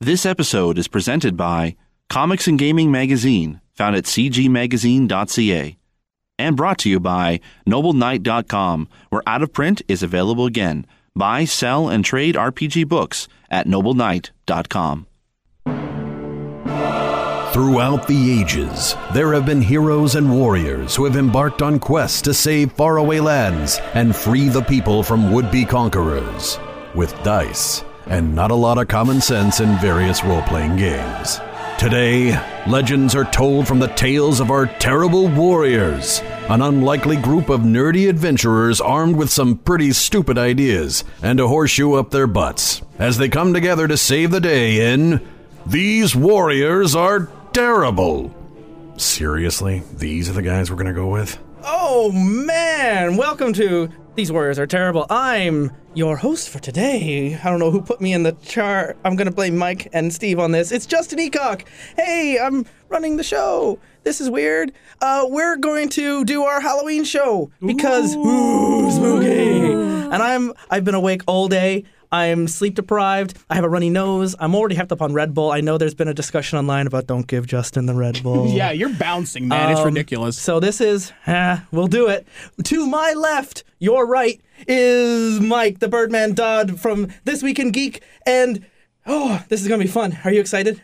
This episode is presented by Comics and Gaming Magazine, found at cgmagazine.ca, and brought to you by NobleKnight.com, where out of print is available again. Buy, sell, and trade RPG books at NobleKnight.com. Throughout the ages, there have been heroes and warriors who have embarked on quests to save faraway lands and free the people from would be conquerors with dice and not a lot of common sense in various role playing games. Today, legends are told from the tales of our terrible warriors, an unlikely group of nerdy adventurers armed with some pretty stupid ideas and a horseshoe up their butts as they come together to save the day in. These warriors are terrible. Seriously? These are the guys we're going to go with? Oh man, welcome to These Warriors Are Terrible. I'm your host for today. I don't know who put me in the chart. I'm gonna blame Mike and Steve on this. It's Justin Eacock. Hey, I'm running the show. This is weird. Uh, we're going to do our Halloween show because ooh, spooky. And I'm I've been awake all day. I'm sleep deprived. I have a runny nose. I'm already hepped up on Red Bull. I know there's been a discussion online about don't give Justin the Red Bull. Yeah, you're bouncing, man. it's ridiculous. Um, So this is, eh, we'll do it. To my left, your right, is Mike the Birdman Dodd from This Week in Geek. And oh, this is going to be fun. Are you excited?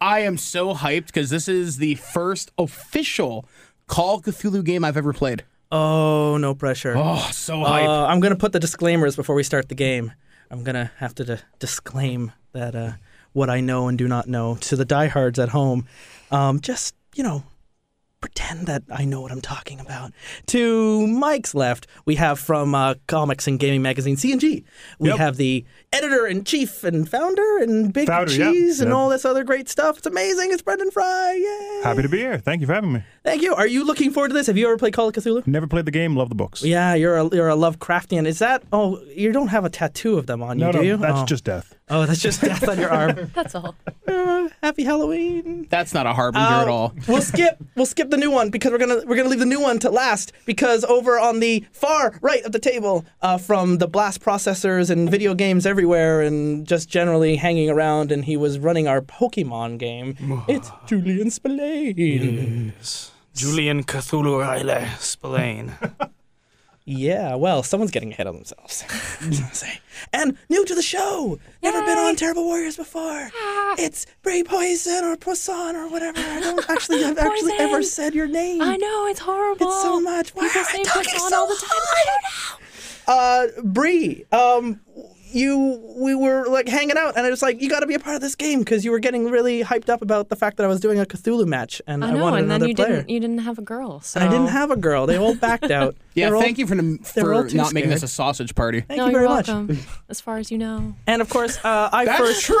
I am so hyped because this is the first official Call of Cthulhu game I've ever played. Oh, no pressure. Oh, so hyped. Uh, I'm going to put the disclaimers before we start the game. I'm going to have to d- disclaim that uh, what I know and do not know to the diehards at home. Um, just, you know, pretend that I know what I'm talking about. To Mike's left, we have from uh, Comics and Gaming Magazine, CNG. We Yep. have the editor in chief and founder and Big Founder, yeah. Cheese and Yeah. all this other great stuff. It's amazing. It's Brendan Fry. Yay. Happy to be here. Thank you for having me. Thank you. Are you looking forward to this? Have you ever played Call of Cthulhu? Never played the game. Love the books. Yeah, you're a you're a Lovecraftian. Is that? Oh, you don't have a tattoo of them on no, you, no, do you? that's oh. just death. oh, that's just death on your arm. That's all. Uh, happy Halloween. That's not a harbinger at Uh, all. we'll skip we'll skip the new one because we're gonna we're gonna leave the new one to last because over on the far right of the table uh, from the blast processors and video games everywhere and just generally hanging around and he was running our Pokemon game. it's Julian Spillane. Julian Cthulhu Riley Spillane. yeah, well, someone's getting ahead of themselves. That's what I'm saying. and new to the show, never been on Terrible Warriors before. Ah. it's Bray Poison or Poisson or whatever. I don't actually I've actually ever Poison. said your name. I know it's horrible. It's so much. Why People are we say talking Poisson so all the time. I don't know. uh Bree, um you we were like hanging out and it was like you got to be a part of this game cuz you were getting really hyped up about the fact that I was doing a Cthulhu match and I, I know, wanted and then another you player. didn't. You Oh. didn't have a girl. So and I didn't have a girl. They all backed out. They Yeah, were all- thank you for, n- for they're all not too making this scared. a sausage party. Thank No, you you're very much. welcome. as far as you know, And of course, uh, I That's first true.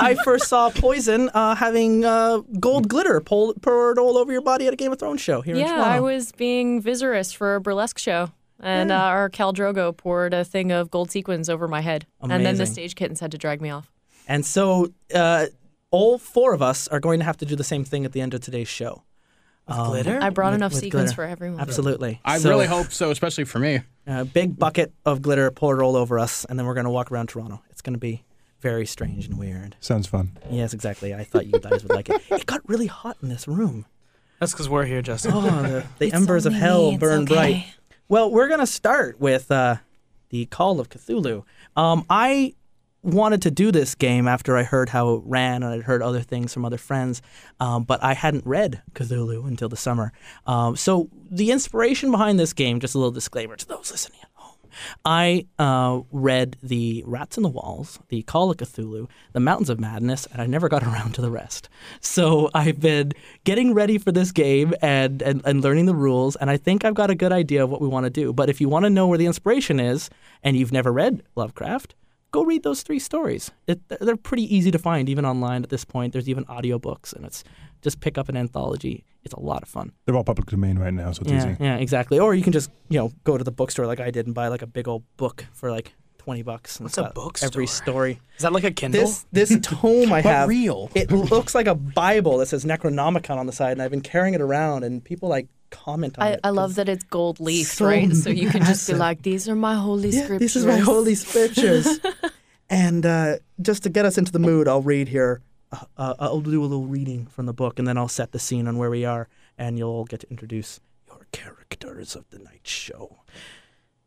I first saw Poison uh, having uh, gold glitter pol- poured all over your body at a Game of Thrones show here in yeah, Toronto. I was being Viserys for a burlesque show, and uh, our Cal Drogo poured a thing of gold sequins over my head, and then the Amazing. stage kittens had to drag me off. And so uh, all four of us are going to have to do the same thing at the end of today's show. Um, glitter? I brought with- enough with sequins glitter. for everyone. Absolutely. I So- really hope so, especially for me. A big bucket of glitter poured all over us, and then we're going to walk around Toronto. It's going to be very strange and weird. Sounds fun. Yes, exactly. I thought you guys would like it. It got really hot in this room. That's because we're here, Justin. Oh, the, the embers of hell burn bright. Well, we're going to start with uh, the Call of Cthulhu. Um, I wanted to do this game after I heard how it ran and I'd heard other things from other friends, um, but I hadn't read Cthulhu until the summer. Um, so the inspiration behind this game, just a little disclaimer to those listening at home. I uh, read the Rats in the Walls, the Call of Cthulhu, the Mountains of Madness, and I never got around to the rest. So I've been getting ready for this game and, and, and learning the rules, and I think I've got a good idea of what we want to do. But if you want to know where the inspiration is, and you've never read Lovecraft, go read those three stories. It, they're pretty easy to find, even online at this point. There's even audiobooks, and it's just pick up an anthology. It's a lot of fun. They're all public domain right now, so it's Yeah, easy. yeah, exactly. Or you can just you know go to the bookstore like I did and buy like a big old book for like twenty bucks. And What's it's a got bookstore? Every story. Is that like a Kindle? This this tome I But have. real. It looks like a Bible that says Necronomicon on the side, and I've been carrying it around, and people like comment on I, it. I love that it's gold leaf, So right? So you can just be massive. like, "These are my holy Yeah, scriptures." this is my holy scriptures. And uh, just to get us into the mood, I'll read here. Uh, uh, I'll do a little reading from the book, and then I'll set the scene on where we are, and you'll all get to introduce your characters of the night show.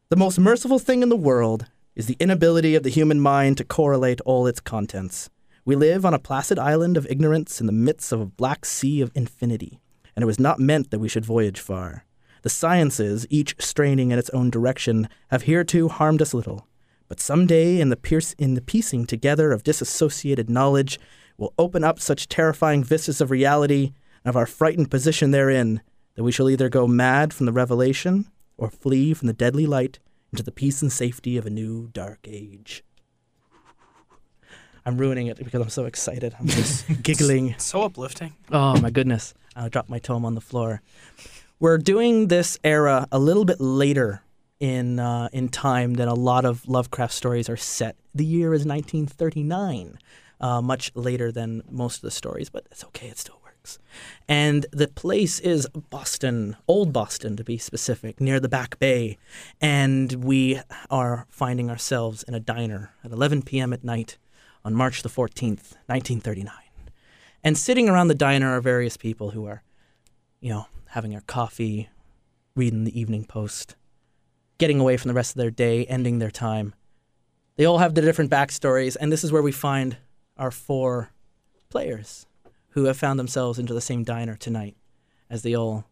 The most merciful thing in the world is the inability of the human mind to correlate all its contents. We live on a placid island of ignorance in the midst of a black sea of infinity, and it was not meant that we should voyage far. The sciences, each straining in its own direction, have hereto harmed us little, but some day in the pierce in the piecing together of disassociated knowledge will open up such terrifying vistas of reality and of our frightened position therein that we shall either go mad from the revelation or flee from the deadly light into the peace and safety of a new dark age. I'm ruining it because I'm so excited. I'm just giggling. So uplifting. Oh my goodness. I dropped my tome on the floor. We're doing this era a little bit later in uh, in time than a lot of Lovecraft stories are set. The year is 1939, uh, much later than most of the stories, but it's okay. It still works. And the place is Boston, Old Boston to be specific, near the Back Bay. And we are finding ourselves in a diner at 11 p.m. at night on March the 14th, 1939. And sitting around the diner are various people who are, you know, having their coffee, reading the Evening Post, getting away from the rest of their day, ending their time. They all have their different backstories, and this is where we find our four players who have found themselves into the same diner tonight as they all,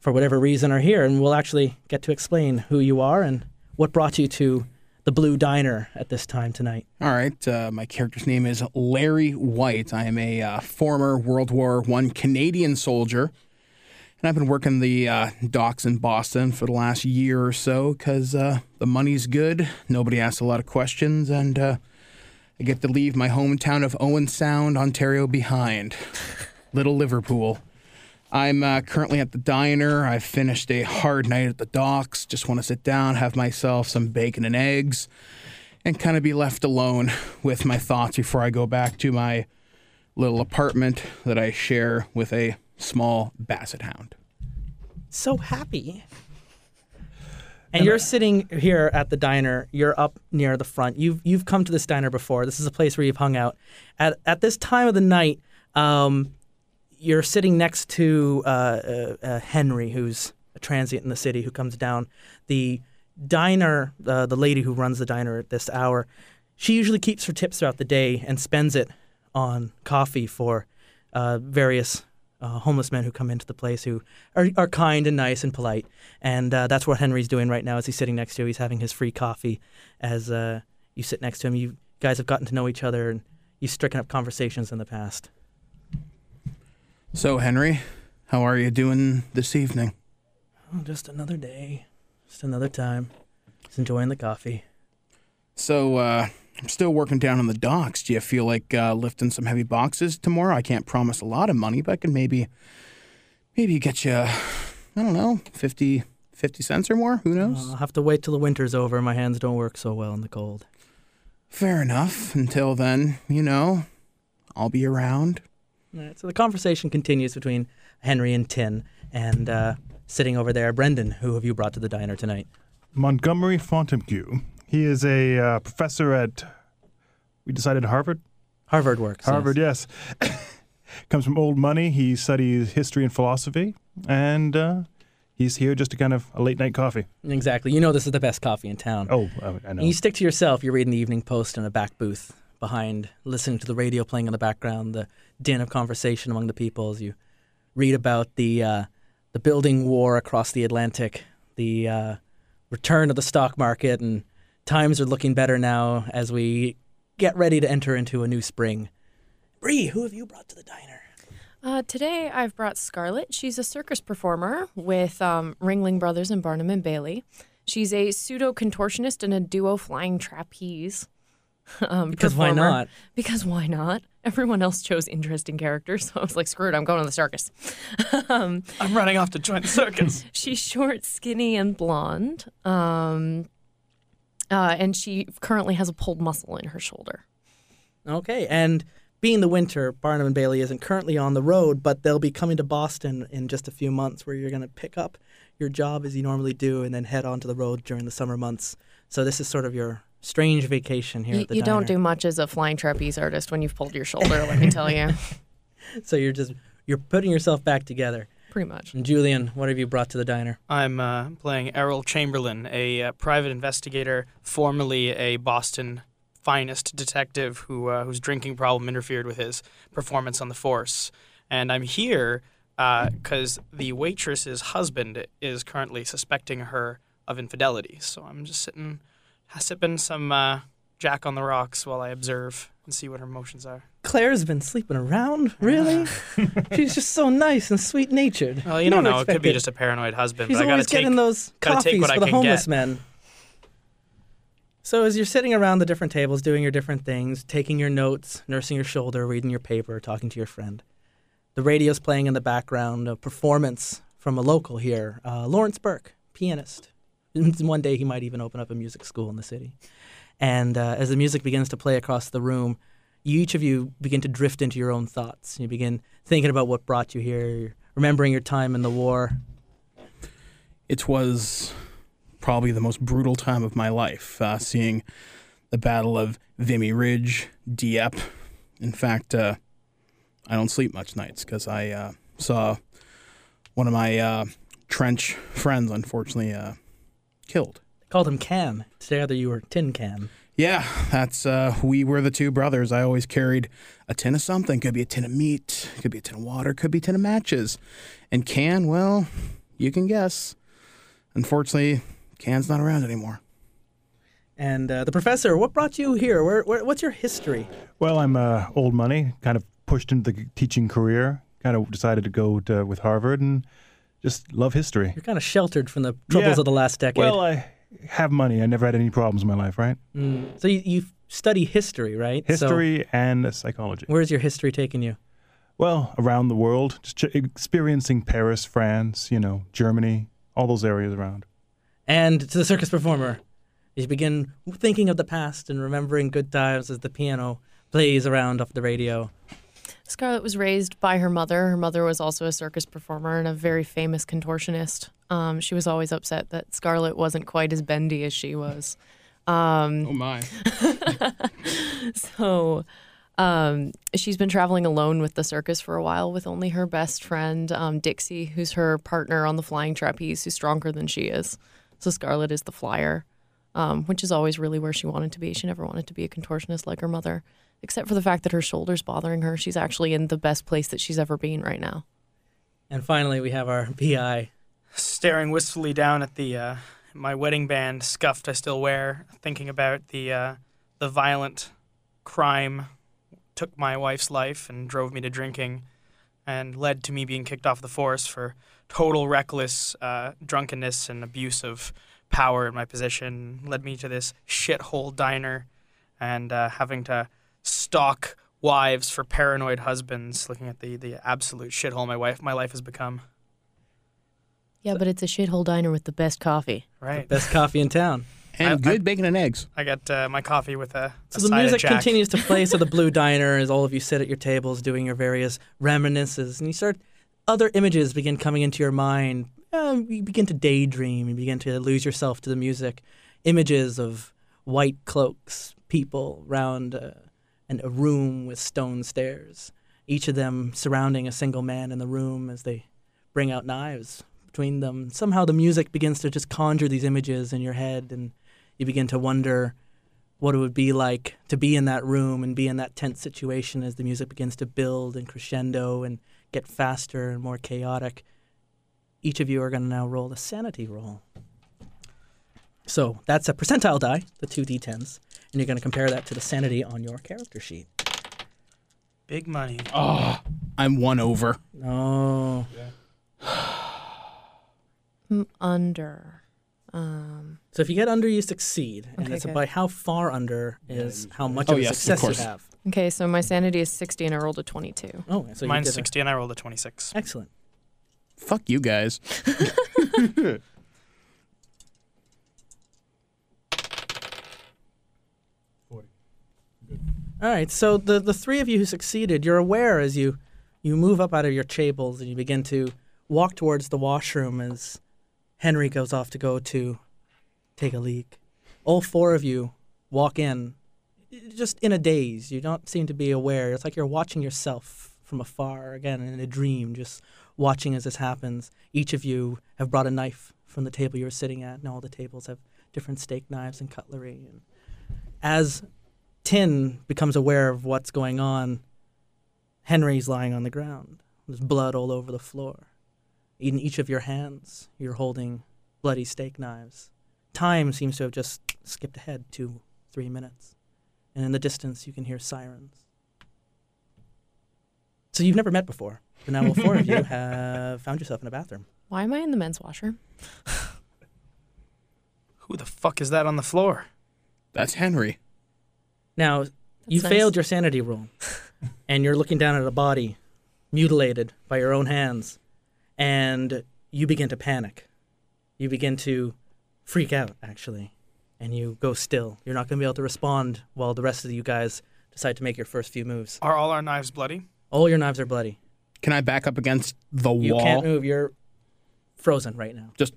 for whatever reason, are here. And we'll actually get to explain who you are and what brought you to the Blue Diner at this time tonight. All right. Uh, my character's name is Larry White. I am a uh, former World War One Canadian soldier, and I've been working the uh, docks in Boston for the last year or so because uh, the money's good. Nobody asks a lot of questions, and uh, I get to leave my hometown of Owen Sound, Ontario, behind. Little Liverpool. I'm uh, currently at the diner. I've finished a hard night at the docks. Just want to sit down, have myself some bacon and eggs, and kind of be left alone with my thoughts before I go back to my little apartment that I share with a small basset hound. so happy. And you're sitting here at the diner. You're up near the front. You've you've come to this diner before. This is a place where you've hung out. At at this time of the night, um, you're sitting next to uh, uh, uh, Henry, who's a transient in the city, who comes down. The diner, uh, the lady who runs the diner at this hour, she usually keeps her tips throughout the day and spends it on coffee for uh, various uh, homeless men who come into the place who are, are kind and nice and polite. And uh, that's what Henry's doing right now as he's sitting next to you. He's having his free coffee as uh, you sit next to him. You guys have gotten to know each other and you've stricken up conversations in the past. So, Henry, how are you doing this evening? Oh, just another day, just another time. Just enjoying the coffee. So, uh, I'm still working down on the docks. Do you feel like uh, lifting some heavy boxes tomorrow? I can't promise a lot of money, but I can maybe, maybe get you, I don't know, 50, 50 cents or more. Who knows? Uh, I'll have to wait till the winter's over. My hands don't work so well in the cold. Fair enough. Until then, you know, I'll be around. All right, so the conversation continues between Henry and Tin and uh, sitting over there, Brendan, who have you brought to the diner tonight? Montgomery Fontague. He is a uh, professor at, we decided Harvard? Harvard works. yes. Harvard, yes. Comes from old money. He studies history and philosophy. And uh, he's here just to kind of a late night coffee. Exactly. You know this is the best coffee in town. Oh, I, I know. And you stick to yourself. You're reading the Evening Post in a back booth behind, listening to the radio playing in the background, the din of conversation among the people as you read about the uh, the building war across the Atlantic, the uh, return of the stock market, and times are looking better now as we get ready to enter into a new spring. Bree, who have you brought to the diner? Uh, today I've brought Scarlett. She's a circus performer with um, Ringling Brothers and Barnum and Bailey. She's a pseudo contortionist in a duo flying trapeze. Um, Because why performer. not? Because why not? Everyone else chose interesting characters, so I was like, screw it, I'm going to the circus. um, I'm running off to join the circus. She's short, skinny, and blonde. Um, uh, and she currently has a pulled muscle in her shoulder. Okay, and being the winter, Barnum and Bailey isn't currently on the road, but they'll be coming to Boston in just a few months, where you're going to pick up your job as you normally do, and then head onto the road during the summer months. So this is sort of your strange vacation here You, at the you don't do diner. much as a flying trapeze artist when you've pulled your shoulder, let me tell you. So you're just you're putting yourself back together. Pretty much. And Julian, what have you brought to the diner? I'm uh, playing Errol Chamberlain, a uh, private investigator, formerly a Boston finest detective who uh, whose drinking problem interfered with his performance on the force. And I'm here because the waitress's husband is currently suspecting her of infidelity. So I'm just sitting, sipping some uh, Jack on the rocks while I observe and see what her motions are. Claire's been sleeping around, really? She's just so nice and sweet natured. Well, you, don't know. It could be just a paranoid husband. She's but I gotta always take, getting those gotta coffees take what for I the can homeless get. men. So as you're sitting around the different tables, doing your different things, taking your notes, nursing your shoulder, reading your paper, talking to your friend, the radio's playing in the background a performance from a local here, uh, Lawrence Burke, pianist. One day he might even open up a music school in the city. And uh, as the music begins to play across the room, you, each of you begin to drift into your own thoughts. You begin thinking about what brought you here, remembering your time in the war, It was probably the most brutal time of my life, uh, seeing the Battle of Vimy Ridge, Dieppe. In fact, uh, I don't sleep much nights because I uh, saw one of my uh, trench friends, unfortunately, uh, killed. called him Cam. Together you were Tin Cam. Yeah, that's uh, we were the two brothers. I always carried a tin of something. Could be a tin of meat, could be a tin of water, could be a tin of matches. And Can, well, you can guess. Unfortunately, Can's not around anymore. And uh, the professor, what brought you here? Where, where, what's your history? Well, I'm uh, old money, kind of pushed into the teaching career, kind of decided to go to, with Harvard and just love history. You're kind of sheltered from the troubles Yeah. of the last decade. Well, uh I have money. I never had any problems in my life, right? Mm. so you, you study history, right? So History and psychology. where's your history taking you? Well, around the world, just ch- experiencing Paris, France, you know, Germany, all those areas around. And to the circus performer, you begin thinking of the past and remembering good times as the piano plays around off the radio. Scarlett was raised by her mother. Her mother was also a circus performer and a very famous contortionist. Um, she was always upset that Scarlett wasn't quite as bendy as she was. Um, Oh my! so um, she's been traveling alone with the circus for a while with only her best friend, um, Dixie, who's her partner on the flying trapeze, who's stronger than she is. So Scarlett is the flyer, um, which is always really where she wanted to be. She never wanted to be a contortionist like her mother, except for the fact that her shoulder's bothering her. She's actually in the best place that she's ever been right now. And finally, we have our PI. staring wistfully down at the uh, my wedding band scuffed I still wear, thinking about the uh, the violent crime took my wife's life and drove me to drinking, and led to me being kicked off the force for total reckless uh, drunkenness and abuse of power in my position. Led me to this shithole diner, and uh, having to stalk wives for paranoid husbands. Looking at the the absolute shithole my wife my life has become. Yeah, but it's a shithole diner with the best coffee. Right. Best coffee in town. And I- good bacon and eggs. I got uh, my coffee with a, a So the side music of Jack. continues to play. So the Blue Diner, as all of you sit at your tables doing your various reminiscences, and you start, other images begin coming into your mind. Uh, you begin to daydream. You begin to lose yourself to the music. Images of white cloaks, people round uh, and a room with stone stairs. Each of them surrounding a single man in the room as they bring out knives between them. Somehow the music begins to just conjure these images in your head, and you begin to wonder what it would be like to be in that room and be in that tense situation as the music begins to build and crescendo and get faster and more chaotic. Each of you are going to now roll a sanity roll. So that's a percentile die, the two d10s, and you're going to compare that to the sanity on your character sheet. Big money. I'm one over. Oh, Mm, Under. Um, so if you get under, you succeed, and Okay, it's good. by how far under is how much Oh, of a yes, of success course. you have. okay, so my sanity is 60 and I rolled a 22. Oh, so you Mine's did a- 60 and I rolled a 26. Excellent. Fuck you guys. All right. So the the three of you who succeeded, you're aware as you you move up out of your tables and you begin to walk towards the washroom as Henry goes off to go to take a leak. All four of you walk in just in a daze. You don't seem to be aware. It's like you're watching yourself from afar again in a dream, just watching as this happens. Each of you have brought a knife from the table you were sitting at, and all the tables have different steak knives and cutlery. And as Tin becomes aware of what's going on, Henry's lying on the ground. There's blood all over the floor. In each of your hands, you're holding bloody steak knives. Time seems to have just skipped ahead two, three minutes. And in the distance, you can hear sirens. So you've never met before, but now all four of you have found yourself in a bathroom. Why am I in the men's washroom? Who the fuck is that on the floor? That's Henry. Now, you nice. failed your sanity roll, and you're looking down at a body mutilated by your own hands, and you begin to panic. You begin to freak out, actually, and you go still. You're not going to be able to respond while the rest of you guys decide to make your first few moves. Are all our knives bloody? All your knives are bloody. Can I back up against the You wall? can't move. You're frozen right now. Just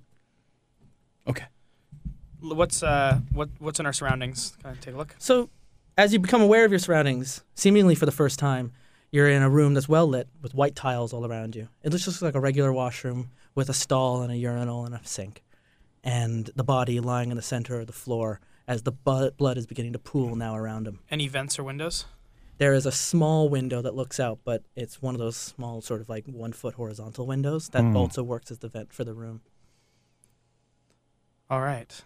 okay. L- What's uh what what's in our surroundings? Can I take a look? So, as you become aware of your surroundings, seemingly for the first time, you're in a room that's well lit with white tiles all around you. It looks just like a regular washroom with a stall and a urinal and a sink, and the body lying in the center of the floor as the bu- blood is beginning to pool now around him. Any vents or windows? There is a small window that looks out, but it's one of those small, sort of like one foot horizontal windows that also works as the vent for the room. All right.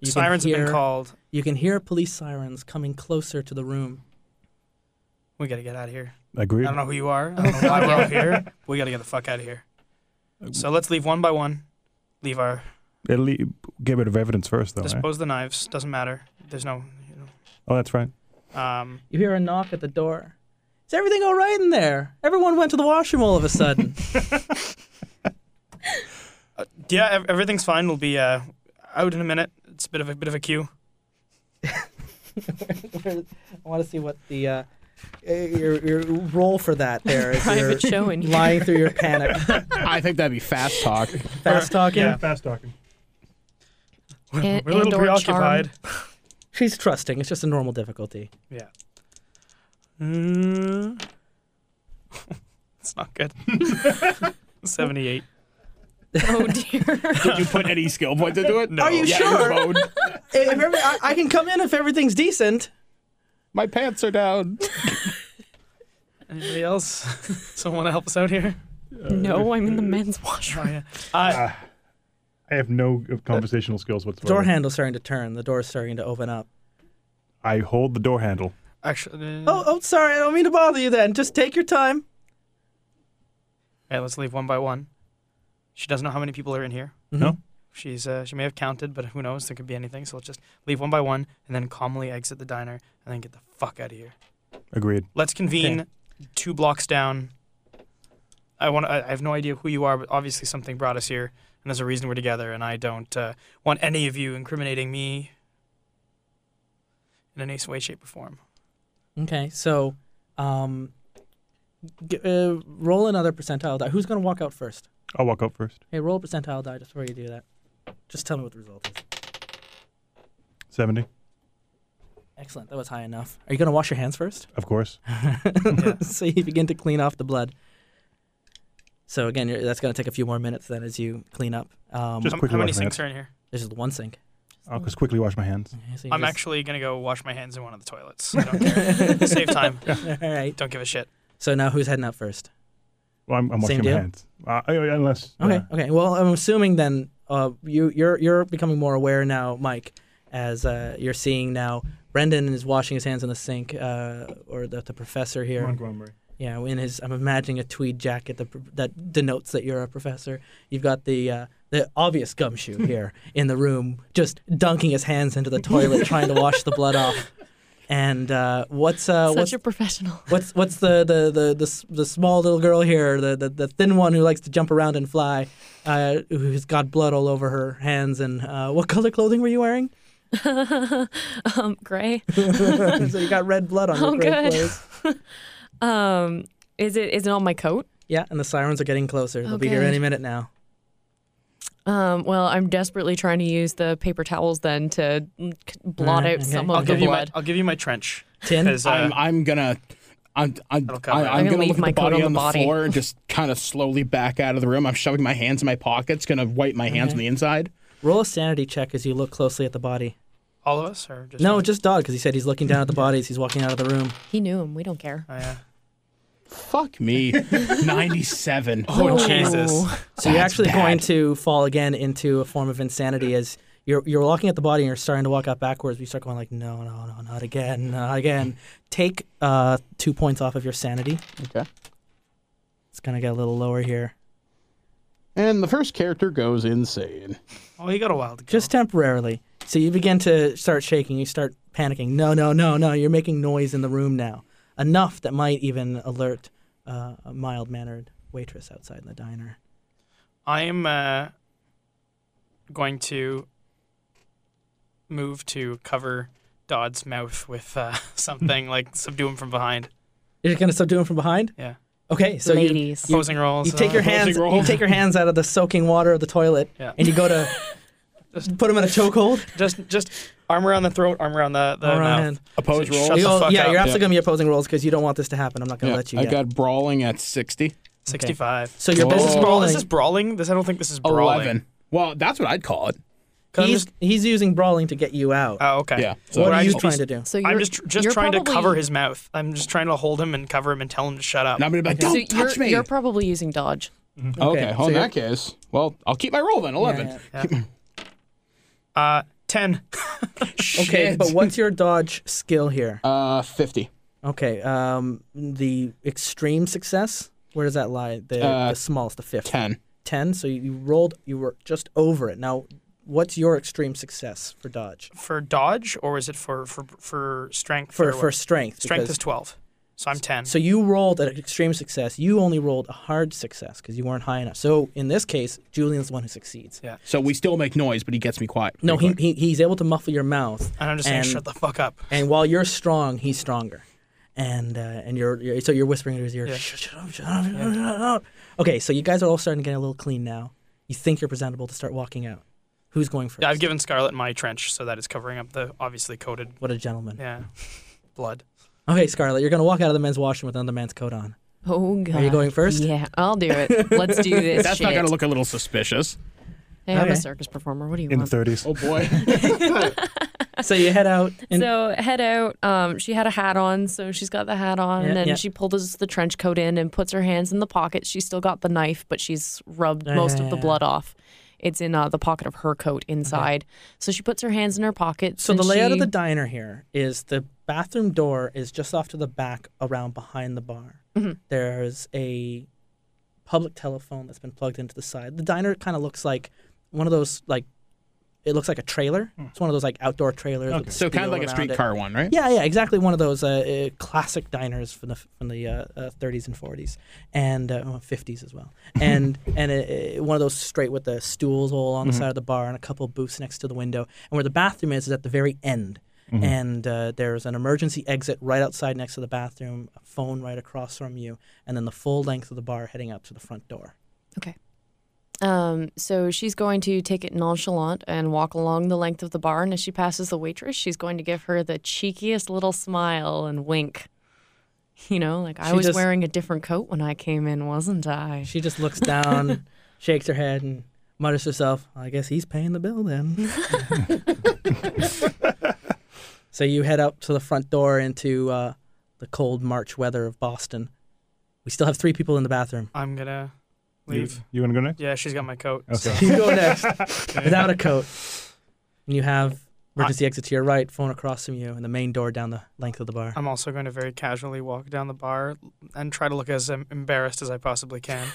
You can Sirens have hear- been called. You can hear police sirens coming closer to the room. We gotta get out of here. I Agreed. don't know who you are. I Oh, don't know why we're all here. We gotta get the fuck out of here. So let's leave one by one. Leave our It'll le- get rid of evidence first, though. Right? dispose of the knives. Doesn't matter. There's no. You Oh, that's right. know, um. You hear a knock at the door. Is everything all right in there? Everyone went to the washroom all of a sudden. Yeah. ev- Everything's fine. We'll be uh out in a minute. It's a bit of a bit of a queue. I want to see what the uh, your your role for that there is. Private You're showing. Lying through your panic, I think that'd be fast talk. fast talking. Yeah. Fast talking. We're, And- we're a little and or charm. preoccupied. She's trusting. It's just a normal difficulty. Yeah. Mm. it's not good. Seventy-eight. Oh dear. Did you put any skill points into it? No. Are you Yeah, sure? you mowed. If every, I, I can come in if everything's decent. My pants are down. Anybody else? Someone want to help us out here? Uh, no, I'm in the men's washroom. Oh yeah. Uh, Ah. I have no conversational skills whatsoever. Door handle's starting to turn. The door's starting to open up. I hold the door handle. actually. uh, Oh, oh, sorry. I don't mean to bother you. Then just take your time. Hey, let's leave one by one. She doesn't know how many people are in here. Mm-hmm. No? She's uh, she may have counted, but who knows? There could be anything. So let's just leave one by one, and then calmly exit the diner, and then get the fuck out of here. Agreed. Let's convene two blocks down. I want. I, I have no idea who you are, but obviously something brought us here, and there's a reason we're together. And I don't uh, want any of you incriminating me in any way, shape, or form. Okay, so, um, g- uh, roll another percentile die. Who's gonna walk out first? I'll walk up first. Hey, roll a percentile die just before you do that. Just tell me what the result is. 70, Excellent. That was high enough. Are you going to wash your hands first? of course. so you begin to clean off the blood. So again, you're, that's going to take a few more minutes then as you clean up. Um, Just How- quickly how many wash my sinks hands. are in here? there's just one sink. I'll just quickly wash my hands. Okay, so you I'm just- actually gonna go wash my hands in one of the toilets. I don't care. Save time. All right. Don't give a shit. So now who's heading out first? Well, I'm, I'm Same washing my deal? hands. Uh, I- I- unless. Okay. uh, Okay. Well, I'm assuming then uh, you you're you're becoming more aware now, Mike, as uh, you're seeing now. Brendan is washing his hands in the sink, uh, or the, the professor here. Montgomery. you know, in his I'm imagining a tweed jacket that that denotes that you're a professor. You've got the uh, the obvious gumshoe here in the room, just dunking his hands into the toilet, trying to wash the blood off. And uh, what's uh, Such what's, a professional. what's what's the the, the the s- the small little girl here, the, the the thin one who likes to jump around and fly, uh, who's got blood all over her hands? And uh, what color clothing were you wearing? Um, gray. so you got red blood on your Oh, gray good. clothes. Um, is it is it on my coat? Yeah, and the sirens are getting closer. They'll be here Okay. any minute now. Um, well, I'm desperately trying to use the paper towels then to mm, c- blot Mm, out okay. some I'll of I'll the give you my blood. I'll give you my trench. Tin? 'cause, uh, I'm, I'm gonna. I'm, I'm, That'll cover I- I'm, it. I'm gonna gonna leave look at the my coat on body the on the, body. floor and just kind of slowly back out of the room. I'm shoving my hands in my pockets, gonna wipe my hands on the inside. Roll a sanity check as you look closely at the body. all of us or just No, me? just Dodd, because he said he's looking down at the body as he's walking out of the room. He knew him. We don't care. Oh, yeah. Fuck me, ninety-seven. Oh, Jesus. So you're That's actually bad. going to fall again into a form of insanity as you're you're looking at the body and you're starting to walk out backwards. But you start going like, no, no, no, not again, not again. Take uh, two points off of your sanity. Okay. It's gonna get a little lower here, And the first character goes insane. Oh, you got a while to go. just temporarily. So you begin to start shaking. You start panicking. No, no, no, no. You're making noise in the room now, enough that might even alert uh, a mild mannered waitress outside in the diner. I'm uh, going to move to cover Dodd's mouth with uh, something like subdue him from behind. You're just gonna start doing from behind. Yeah, Okay, so you, Ladies. opposing rolls. You take your uh, hands. roll. You take your hands out of the soaking water of the toilet, Yeah. and you go to put them in a chokehold. Just, just arm around the throat, arm around the, the All right. mouth. Oppose Shut roll. the You'll- fuck yeah, up. you're absolutely gonna be opposing rolls because you don't want this to happen. I'm not gonna Yeah, let you. I yet. got brawling at sixty. Sixty-five. so your business Oh. Brawl- brawling. Is this brawling? This I don't think this is brawling. Eleven. Well, that's what I'd call it. 'Cause I'm he's, just- he's using brawling to get you out. oh, okay. Yeah. So what I are you just- trying to do? So I'm you're- just just you're trying to probably- cover his mouth. I'm just trying to hold him and cover him and tell him to shut up. And I'm gonna be like, So don't you're, touch me. you're probably using dodge. Okay, okay. Well, so in you're- that case, well, I'll keep my roll then. Eleven. Yeah, Uh, ten. Okay, Shit. but what's your dodge skill here? Uh, fifty. Okay, um, the extreme success. Where does that lie? The, Uh, the smallest, the fifth. Ten. Ten. So you, you rolled. You were just over it. Now, what's your extreme success for dodge? for dodge or is it for for for strength? For or what? for strength. strength because- is twelve, so I'm ten. So you rolled an extreme success. You only rolled a hard success because you weren't high enough. So in this case, Julian's the one who succeeds. Yeah. So we still make noise, but he gets me quiet. No, pretty he, quick. he he's able to muffle your mouth. and I'm just saying, shut the fuck up. And while you're strong, he's stronger. And uh, and you're, you're so you're whispering in his ear. Shut, shut up! Shut up! Shut up, shut up!" Okay, so you guys are all starting to get a little clean now. You think you're presentable to start walking out. Who's going first? Yeah, I've given Scarlet my trench, so that is covering up the obviously coated. what a gentleman. Yeah, blood. Okay, Scarlett, you're gonna walk out of the men's washroom with another man's coat on. Oh god. you going first? Yeah, I'll do it. Let's do this. That's shit. not gonna look a little suspicious. Hey, I'm a Okay. circus performer. What do you in the want? 30s. Oh boy. So you head out. And so head out. Um, she had a hat on, so she's got the hat on, Yeah, and yeah. she pulled us the trench coat in and puts her hands in the pockets. She's still got the knife, but she's rubbed Yeah, most yeah, of the yeah. blood off. It's in uh, the pocket of her coat inside. So she puts her hands in her pockets. So the and layout of she- the diner here is the bathroom door is just off to the back around behind the bar. There's a public telephone that's been plugged into the side. The diner kind of looks like one of those like it looks like a trailer. It's one of those like outdoor trailers. with So steel kind of like around a it. streetcar one, right? Yeah, yeah, exactly. One of those uh, uh, classic diners from the from the uh, uh, 30s and 40s and uh, oh, 50s as well. And and uh, uh, one of those straight with the stools all on the side of the bar and a couple booths next to the window. And where the bathroom is is at the very end. Mm-hmm. And uh, there's an emergency exit right outside next to the bathroom, a phone right across from you, and then the full length of the bar heading up to the front door. Okay. Um, so she's going to take it nonchalant and walk along the length of the bar. And as she passes the waitress, she's going to give her the cheekiest little smile and wink. You know, like I She was just- wearing a different coat when I came in, wasn't I? She just looks down, shakes her head, and mutters to herself, I guess he's paying the bill then. so you head up to the front door into uh, the cold March weather of Boston. We still have three people in the bathroom. I'm gonna You, leave. you want to go next? Yeah, she's got my coat. Okay. so- You go next without a coat. And you have emergency exit to your right, phone across from you, and the main door down the length of the bar. I'm also going to very casually walk down the bar and try to look as em- embarrassed as I possibly can.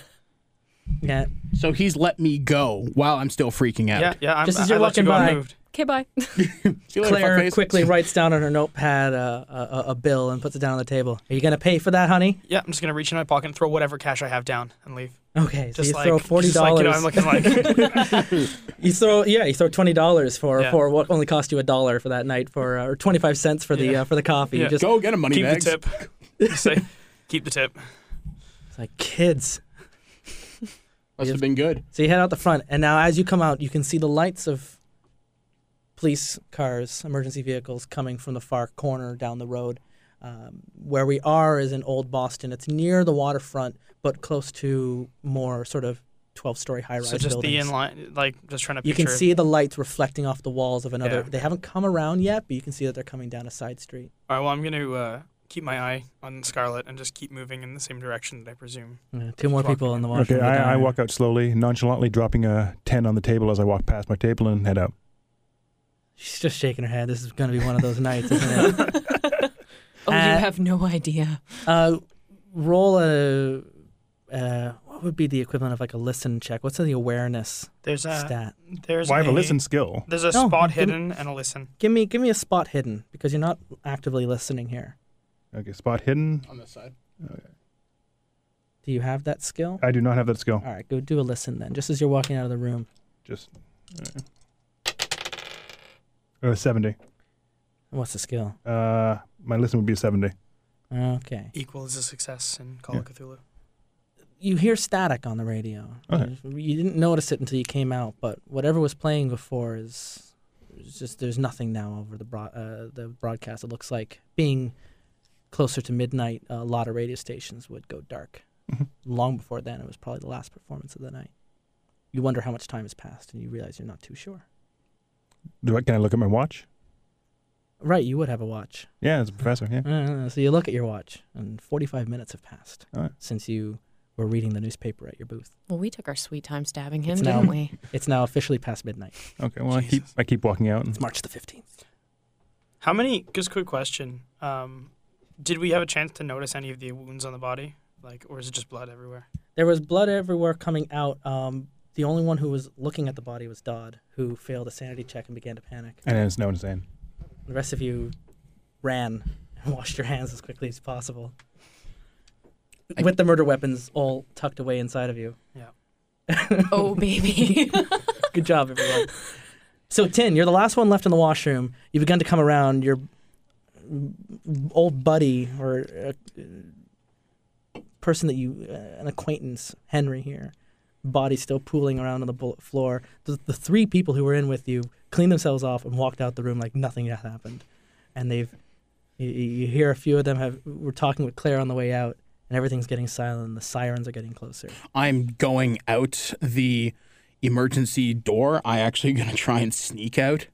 Yeah. So he's let me go while I'm still freaking out. Yeah, yeah. I'm, Just as you're I let you walking go by- unmoved. Okay, bye. See you later, Claire fuckface. quickly writes down on her notepad a, a, a- a bill and puts it down on the table. Are you going to pay for that, honey? Yeah, I'm just gonna reach in my pocket and throw whatever cash I have down and leave. Okay, so Just you like throw forty just Like, dollars. you know, I'm looking like You throw yeah, you throw twenty dollars for Yeah. for what only cost you a dollar for that night for uh, or twenty five cents for the Yeah. uh, for the coffee. You Yeah. just Go get him, money keep the bags. tip. Just say keep the tip. it's like kids. Must have been good. So you head out the front, and now as you come out, you can see the lights of police cars, emergency vehicles coming from the far corner down the road. Um, where we are is in Old Boston. It's near the waterfront, but close to more sort of 12 story high rise So just buildings. the inline, like just trying to you picture. can see the lights reflecting off the walls of another. Yeah. They haven't come around yet, but you can see that they're coming down a side street. All right, well, I'm going to uh, keep my eye on Scarlet and just keep moving in the same direction that I presume. two more people in the Okay, washroom. I, I walk out slowly, nonchalantly dropping a 10 on the table as I walk past my table and head out. She's just shaking her head. This is going to be one of those nights, isn't it? Oh, you Uh, have no idea. Uh, roll a. Uh, what would be the equivalent of like a listen check? What's the awareness There's a stat? there's Well, I have a a- listen skill. There's a No, spot give me- hidden and a listen. Give me give me a spot hidden because you're not actively listening here. Okay, spot hidden. On this side. Do you have that skill? I do not have that skill. All right, go do a listen then. Just as you're walking out of the room. Just. Uh, uh, 70. What's the skill? Uh, my listen would be a 70. Okay. Equal is a success in Call of Cthulhu. You hear static on the radio. Okay. You didn't notice it until you came out, but whatever was playing before is is just there's nothing now over the broad, uh, the broadcast. It looks like being closer to midnight, a lot of radio stations would go dark. Mhm. Long before then, it was probably the last performance of the night. You wonder how much time has passed, and you realize you're not too sure. Do I, can I look at my watch? Right, you would have a watch. Yeah, it's a professor. Yeah. Uh, so you look at your watch, and 45 minutes have passed All right. since you were reading the newspaper at your booth. Well, we took our sweet time stabbing him, It's didn't now- we? It's now officially past midnight. Okay, well, I keep, Jesus. I keep walking out. And, It's March the 15th. How many? Just quick question. Um, did we have a chance to notice any of the wounds on the body, like, or is it just blood everywhere? There was blood everywhere coming out. Um, the only one who was looking at the body was Dodd, who failed a sanity check and began to panic. and it's no insane. The rest of you ran and washed your hands as quickly as possible. With the murder weapons all tucked away inside of you. oh, baby. Good job, everyone. so, Tin, you're the last one left in the washroom. You've begun to come around. Your old buddy or uh, person that you, uh, an acquaintance, Henry here, body still pooling around on the bullet floor. The, the three people who were in with you cleaned themselves off and walked out the room like nothing had happened. And they've, you, you hear a few of them have, were talking with Claire on the way out. And everything's getting silent. The sirens are getting closer. I'm going out the emergency door. I actually gonna try and sneak out.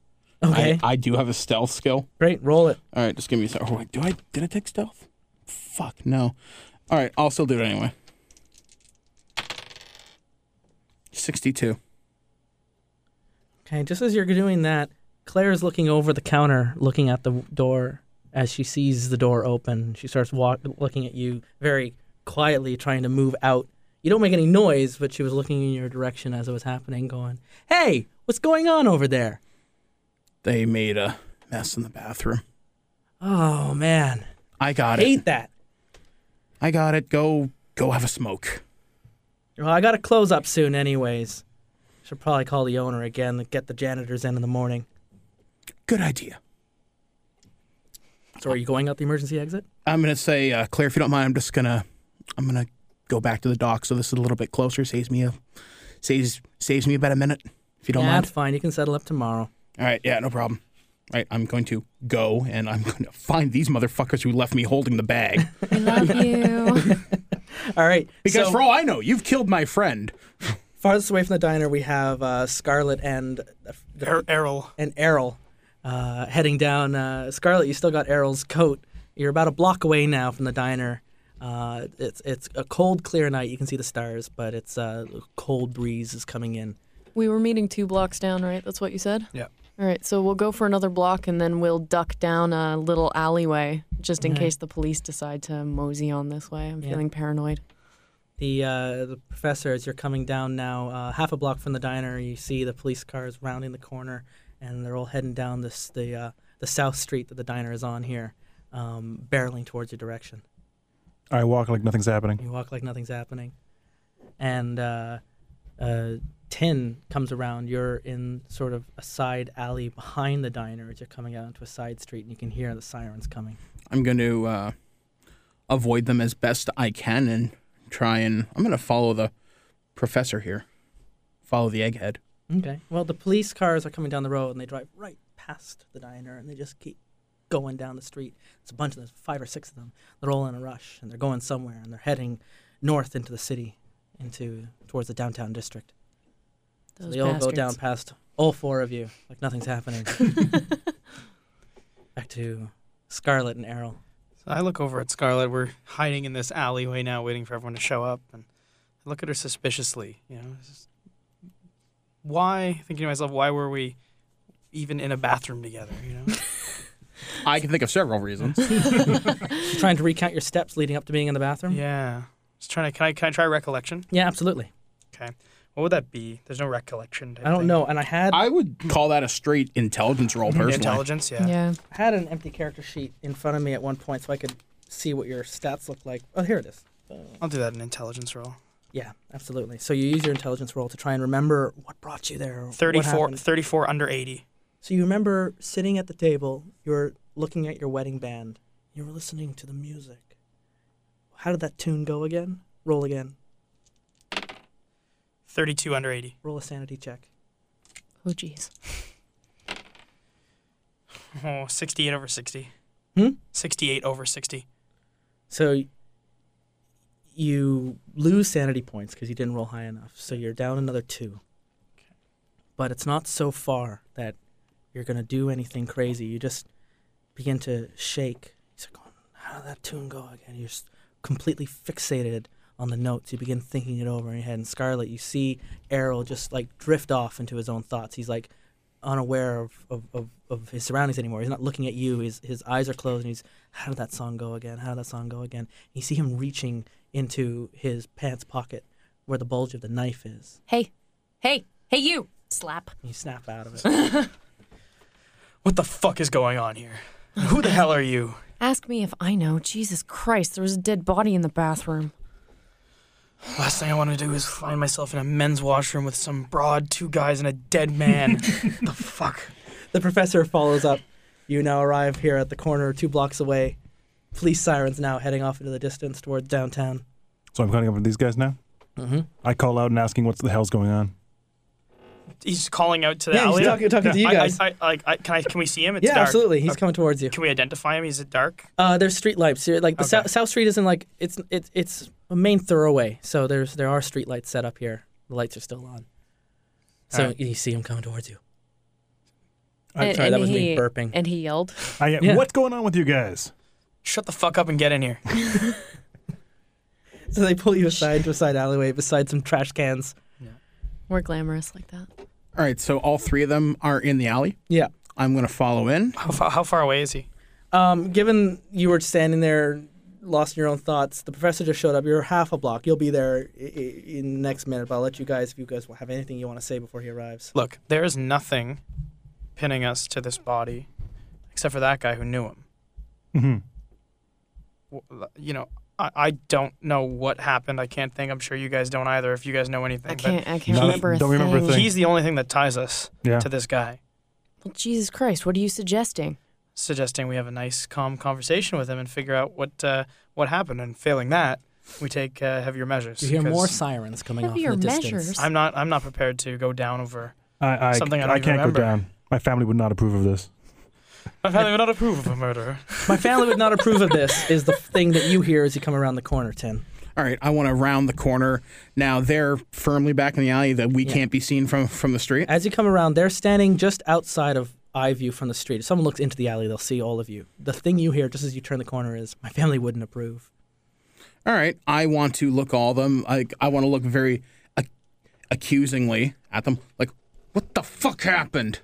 Okay, I, I do have a stealth skill. great. Roll it. All right, just give me a second. Oh, wait, do I did I take stealth? Fuck no. All right, I'll still do it anyway. Sixty-two. Okay, just as you're doing that, Claire is looking over the counter, looking at the door as she sees the door open. She starts walk, looking at you very quietly, trying to move out. You don't make any noise, but she was looking in your direction as it was happening, going, Hey, what's going on over there? They made a mess in the bathroom. Oh, man. I got it. Hate that. I got it. Go go have a smoke. Well, I got to close up soon, anyways. Should probably call the owner again to get the janitors in in the morning. Good idea. So, are you going out the emergency exit? I'm gonna say, uh, Claire, if you don't mind, I'm just gonna I'm gonna go back to the dock. So this is a little bit closer. Saves me a saves saves me about a minute. If you don't yeah, mind. it's fine. You can settle up tomorrow. All right, yeah, no problem. All right, I'm going to go and I'm going to find these motherfuckers who left me holding the bag. we love you. All right. Because so- for all I know, you've killed my friend. farthest away from the diner, we have uh, Scarlet and the, Er- Errol. and Errol uh, heading down. Uh, Scarlet, you still got Errol's coat. You're about a block away now from the diner. Uh, it's it's a cold, clear night. You can see the stars, but it's uh, a cold breeze is coming in. we were meeting two blocks down, right? That's what you said? Yeah. All right, so we'll go for another block and then we'll duck down a little alleyway just in Okay. case the police decide to mosey on this way. I'm Yeah. feeling paranoid. The uh, the professor, as you're coming down now, uh, half a block from the diner, you see the police cars rounding the corner, and they're all heading down this the uh, the south street that the diner is on here, um, barreling towards your direction. I walk like nothing's happening. You walk like nothing's happening. And uh, uh, Tin comes around. You're in sort of a side alley behind the diner as you're coming out into a side street, and you can hear the sirens coming. I'm going to uh, avoid them as best I can and try and I'm going to follow the professor here. Follow the egghead. Okay. Well, the police cars are coming down the road and they drive right past the diner and they just keep going down the street. It's a bunch of them, five or six of them. They're all in a rush and they're going somewhere and they're heading north into the city, into towards the downtown district. So Those they all go bastards. down past all four of you like nothing's happening. Back to Scarlet and Errol. So I look over at Scarlet. We're hiding in this alleyway now, waiting for everyone to show up. And I look at her suspiciously. You know, it's just, why? Thinking to myself, why were we even in a bathroom together? You know, I can think of several reasons. She's trying to recount your steps leading up to being in the bathroom. yeah. Just trying to can I can I try recollection? Yeah, absolutely. Okay. What would that be? There's no recollection. type I don't thing. know. And I had I would call that a straight intelligence role, personally. Intelligence, yeah. Yeah. had an empty character sheet in front of me at one point so I could see what your stats look like. Oh, here it is. I'll do that in intelligence roll. Yeah, absolutely. So you use your intelligence roll to try and remember what brought you there. or what 34, happened. 34 under 80. So you remember sitting at the table, you were looking at your wedding band, you were listening to the music. How did that tune go again? Roll again. 32 under 80. Roll a sanity check. Oh, jeez. Oh, 68 over 60. Hmm? 68 over 60. So y- you lose sanity points because you didn't roll high enough. So you're down another two. But it's not so far that you're going to do anything crazy. You just begin to shake. He's like, oh, how did that tune go again? You're s- completely fixated on the notes. You begin thinking it over in your head. And Scarlet, you see Errol just like drift off into his own thoughts. He's like unaware of, of, of, of his surroundings anymore. He's not looking at you. His, his eyes are closed and he's how did that song go again? How did that song go again? You see him reaching into his pants pocket where the bulge of the knife is. Hey, hey, hey, you. Slap. And you snap out of it. What the fuck is going on here? Who the hell are you? Ask me if I know. Jesus Christ, there was a dead body in the bathroom. Last thing I want to do is find myself in a men's washroom with some broad, two guys, and a dead man. the fuck? the professor follows up. You now arrive here at the corner two blocks away. Police sirens now heading off into the distance towards downtown. So I'm cutting up with these guys now. Mhm. I call out and asking what's the hell's going on. He's calling out to the Yeah, he's alley. talking, talking to you oh, I- guys. I, I, like, I, can I? Can we see him? It's yeah, dark. absolutely. He's Okay. coming towards you. Can we identify him? Is it dark? Uh, there's street lights. here. Like the Okay. Sou- South Street isn't like it's it's it's a main thoroughway, so there's there are street lights set up here. The lights are still on. So Alright. you see him coming towards you. I'm And- sorry, and that was me he- burping. And he yelled. I, Yeah. What's going on with you guys? Shut the fuck up and get in here. So they pull you aside to a side alleyway beside some trash cans. We're glamorous like that. All right, so all three of them are in the alley. Yeah. I'm going to follow in. How far, how far away is he? Um, given you were standing there, lost in your own thoughts, the professor just showed up. You're half a block. You'll be there i- i- in the next minute. But I'll let you guys, if you guys have anything you want to say before he arrives. Look, there is nothing pinning us to this body except for that guy who knew him. Mm-hmm. W- You know, I, I don't know what happened. I can't think. I'm sure you guys don't either if you guys know anything. I can't. I can't No, remember. A don't remember a thing. But thing. he's the only thing that ties us Yeah. to this guy, Well, Jesus Christ, what are you suggesting? suggesting we have a nice, calm conversation with him and figure out what uh, what happened. And failing that, we take uh, heavier measures. You hear more because sirens coming off off in Heavier in the the distance. distance. measures. I'm not. I'm not prepared to go down over. I, I, Something I don't even can't remember. go down. My family would not approve of this. My family would not approve of a murder. My family would not approve of this. Is the thing that you hear as you come around the corner, Tim? All right, I want to round the corner. Now they're firmly back in the alley that we Yeah. can't be seen from from the street. As you come around, they're standing just outside of eye view from the street. If someone looks into the alley, they'll see all of you. The thing you hear just as you turn the corner is, "My family wouldn't approve." All right, I want to look all them. I I want to look very ac- accusingly at them. Like, what the fuck happened?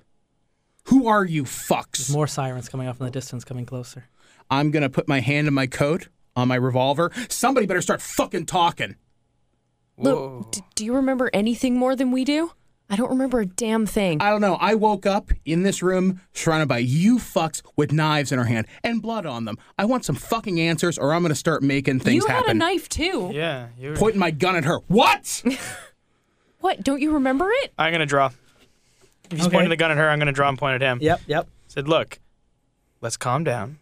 Who are you fucks? More sirens coming off in the distance, coming closer. I'm gonna put my hand in my coat on my revolver. Somebody better start fucking talking. Look, d- do you remember anything more than we do? I don't remember a damn thing. I don't know. I woke up in this room surrounded by you fucks with knives in our hand and blood on them. I want some fucking answers, or I'm gonna start making things you had a happen. knife too. Yeah, you. Pointing my gun at her. What? What? Don't you remember it? I'm gonna draw. If he's Okay. pointing the gun at her, I'm gonna draw and point at him. Yep, yep. Said, look, let's calm down.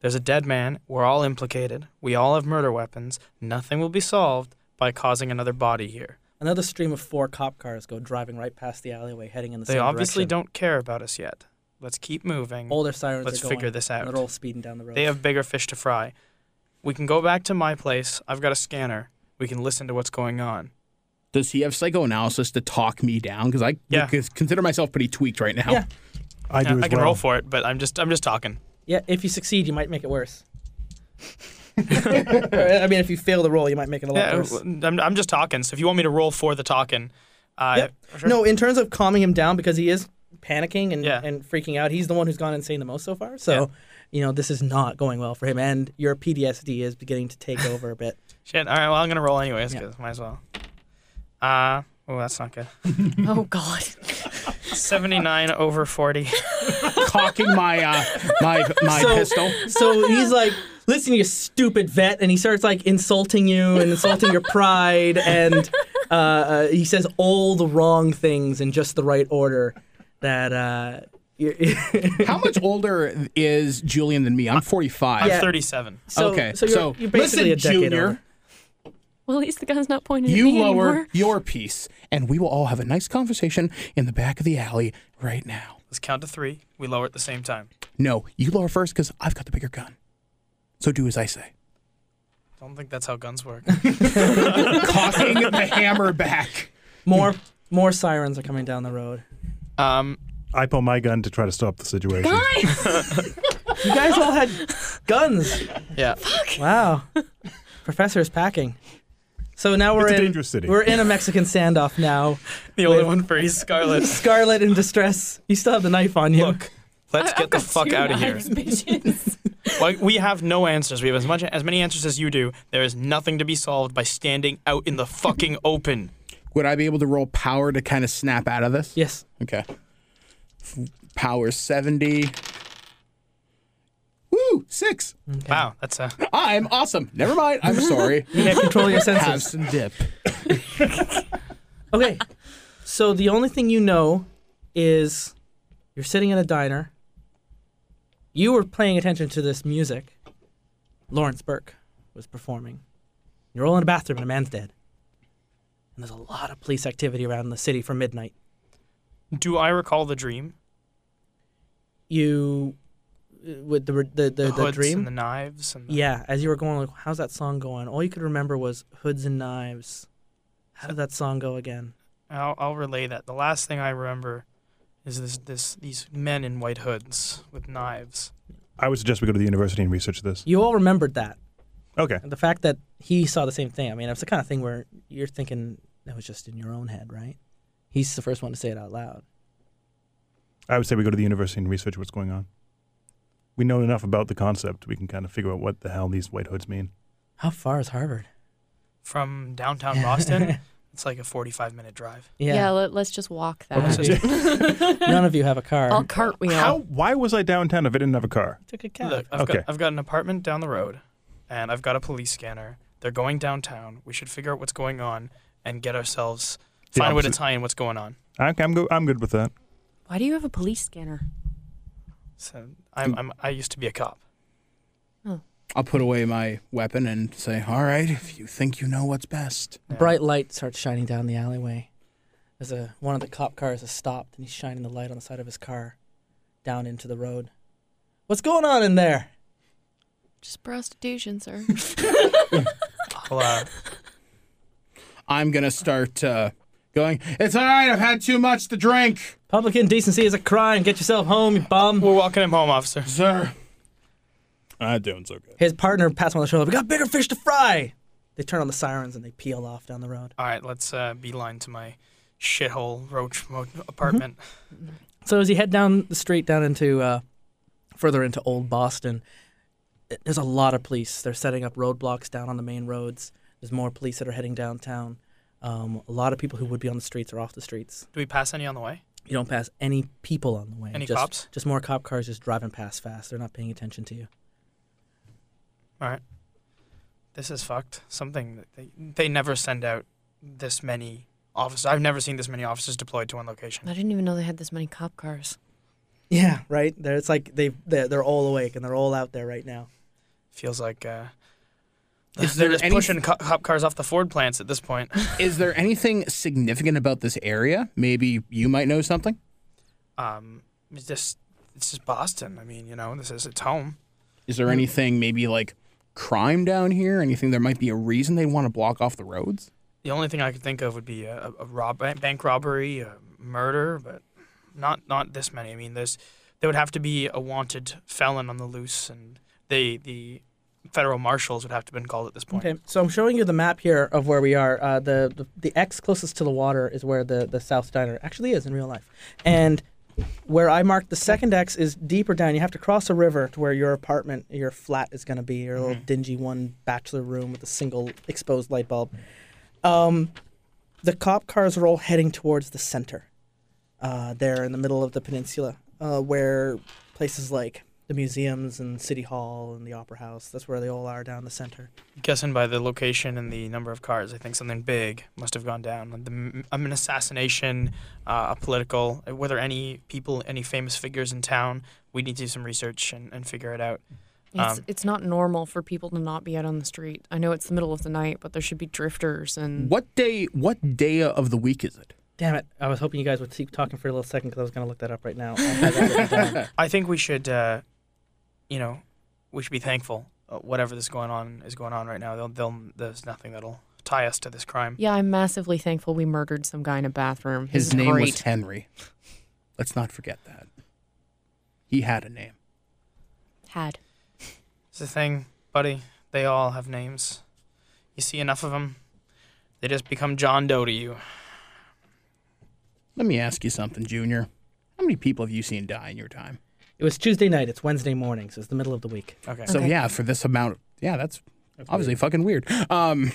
There's a dead man. We're all implicated. We all have murder weapons. Nothing will be solved by causing another body here. Another stream of four cop cars go driving right past the alleyway, heading in the They same obviously direction. don't care about us yet. Let's keep moving. All their sirens Let's are going. figure this and out. They're all speeding down the road. They have bigger fish to fry. We can go back to my place. I've got a scanner. We can listen to what's going on. Does he have psychoanalysis to talk me down? Because I Yeah. c- consider myself pretty tweaked right now. Yeah. I do Yeah, as I can well. roll for it, but I'm just I'm just talking. Yeah, if you succeed, you might make it worse. I mean, if you fail the roll, you might make it a lot Yeah, worse. I'm, I'm just talking. So if you want me to roll for the talking, uh, Yep. sure. No, in terms of calming him down because he is panicking and, Yeah. and freaking out, he's the one who's gone insane the most so far. So, you know, this is not going well for him. And your PTSD is beginning to take over a bit. Shit. All right. Well, I'm gonna roll anyways. 'cause might as well. Uh, oh, that's not good. Oh God. 79 over 40. Cocking my uh, my my So- pistol. so he's like, listen, you stupid vet. And he starts like insulting you and insulting your pride. And uh, uh, he says all the wrong things in just the right order that. Uh, you- How much older is Julian than me? I'm 45. Yeah. 37. so, okay. So, you're, you're basically listen, a decade Junior, older. Well, at least the gun's not pointed at you me lower anymore. your piece, and we will all have a nice conversation in the back of the alley right now. Let's count to three. We lower at the same time. No, you lower first because I've got the bigger gun. So do as I say. Don't think that's how guns work. Cocking the hammer back. More more sirens are coming down the road. Um, I pull my gun to try to stop the situation. Guys, You guys all had guns. yeah. Wow. Professor is packing. So now we're It's a in dangerous city. We're in a Mexican standoff now. The only one for East Scarlet. Scarlet in distress. You still have the knife on you. Look, let's get the fuck out of here. Like, we have no answers. We have as much as many answers as you do. There is nothing to be solved by standing out in the fucking open. Would I be able to roll power to kind of snap out of this? Yes. Okay. F- Power 70. Woo! Six. Wow, that's a I'm awesome. Never mind. I'm sorry. You can't control your Have senses. some dip. Okay. So the only thing you know is you're sitting in a diner. You were paying attention to this music. Lawrence Burke was performing. You're all in a bathroom and a man's dead. And there's a lot of police activity around the city from midnight. Do I recall the dream? you uh, with the the the, The, the hoods dream. and the knives and the, yeah, as you were going, like, how's that song going? All you could remember was hoods and knives. How did that song go again? I'll, I'll relay that. The last thing I remember is this this these men in white hoods with knives. I would suggest we go to the university and research this. You all remembered that. Okay. And the fact that he saw the same thing. I mean, it's the kind of thing where you're thinking that was just in your own head, right? He's the first one to say it out loud. I would say we go to the university and research what's going on. We know enough about the concept. We can kind of figure out what the hell these white hoods mean. How far is Harvard? From downtown Boston, it's like a 45 minute drive. Yeah, Yeah. let, us just walk Let's that. just- None of you have a car. I'll cartwheel. How? Why was I downtown if I didn't have a car? took a cab. Look, I've, Okay. got, I've got an apartment down the road, and I've got a police scanner. They're going downtown. We should figure out what's going on and get ourselves The find a way to opposite- tie in what's going on. Okay, I'm go- I'm good with that. Why do you have a police scanner? So I'm, I'm I used to be a cop. I'll put away my weapon and say, all right, if you think you know what's best. Bright light starts shining down the alleyway. There's a one of the cop cars is stopped and he's shining the light on the side of his car down into the road. What's going on in there? Just prostitution, sir. I'll, uh, I'm going to start uh, going, it's all right. I've had too much to drink. Public indecency is a crime. Get yourself home, you bum. we're walking him home, officer. Sir. I'm doing so good. His partner pats him on the shoulder. We got bigger fish to fry. They turn on the sirens and they peel off down the road. All right, let's uh, beeline to my shithole roach mo- Mm-hmm. apartment. So as you head down the street down into uh, further into Old Boston, th- there's a lot of police. They're setting up roadblocks down on the main roads. There's more police that are heading downtown. Um, a lot of people who would be on the streets are off the streets. Do we pass any on the way? You don't pass any people on the way. Any just, cops? Just more cop cars just driving past fast. They're not paying attention to you. All right. This is fucked. Something that they they never send out this many officers. I've never seen this many officers deployed to one I location. didn't even know they had this many cop cars. Yeah, right. They're, it's like they they're, they're all awake and they're all out there right now. Feels like uh, Is They're there just any pushing co- cop cars off the Ford plants at this point. is there anything significant about this area? Maybe you might know something. um, it's just it's just Boston. I mean, you know, this is its home. Is there anything maybe like crime down here? Anything there might be a reason they want to block off the roads? The only thing I could think of would be a, a rob bank robbery, a murder, but not not this many. I mean, there's there would have to be a wanted felon on the loose, and they the federal marshals would have to have been called at this point. Okay, so I'm showing you the map here of where we are. Uh, the, the the X closest to the water is where the the South Diner actually is in real life, and where I marked the second X is deeper down. You have to cross a river to where your apartment, your flat is going to be, your little dingy one bachelor room with a single exposed light bulb. Um, the cop cars are all heading towards the center, uh, there in the middle of the peninsula, uh, where places like the museums and City Hall and the Opera House, that's where they all are down the center. Guessing by the location and the number of cars, I think something big must have gone down. Like the, um, an assassination, uh, a political. Were there any people, any famous figures in town? We need to do some research and, and figure it out. It's, Um, it's not normal for people to not be out on the street. I know it's the middle of the night, but there should be drifters and What day? What day of the week is it? Damn it! I was hoping you guys would keep talking for a little second because I was gonna look that up right now. I think we should, uh, you know, we should be thankful. Uh, whatever that's going on is going on right now. They'll, they'll, there's nothing that'll tie us to this crime. Yeah, I'm massively thankful we murdered some guy in a bathroom. His This is name great. was Henry. Let's not forget that. He had a name. Had. It's the thing, buddy. They all have names. You see enough of them, they just become John Doe to you. Let me ask you something, Junior. How many people have you seen die in your time? it was Tuesday night. It's Wednesday morning, so it's the middle of the week. Okay. So yeah, for this amount, of, yeah, that's, obviously fucking weird. Um,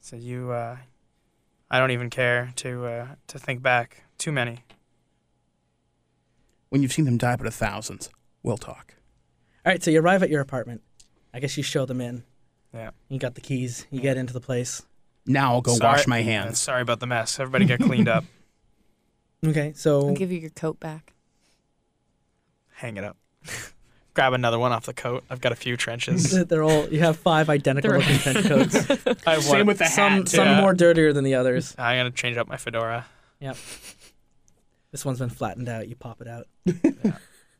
So you, uh, I don't even care to uh, to think back. Too many. when you've seen them die by the thousands, we'll talk. All right, so you arrive at your apartment. I guess you show them in. Yeah. You got the keys. You get into the place. Now I'll go Sorry- wash my uh, hands. sorry about the mess. Everybody get cleaned up. Okay, I'll so give you your coat back. Hang it up. Grab another one off the coat. I've got a few trenches. they're all. You have five identical They're- looking trench coats. I have one. the some some yeah. more dirtier than the others. I'm gonna change up my fedora. This one's been flattened out. You pop it out.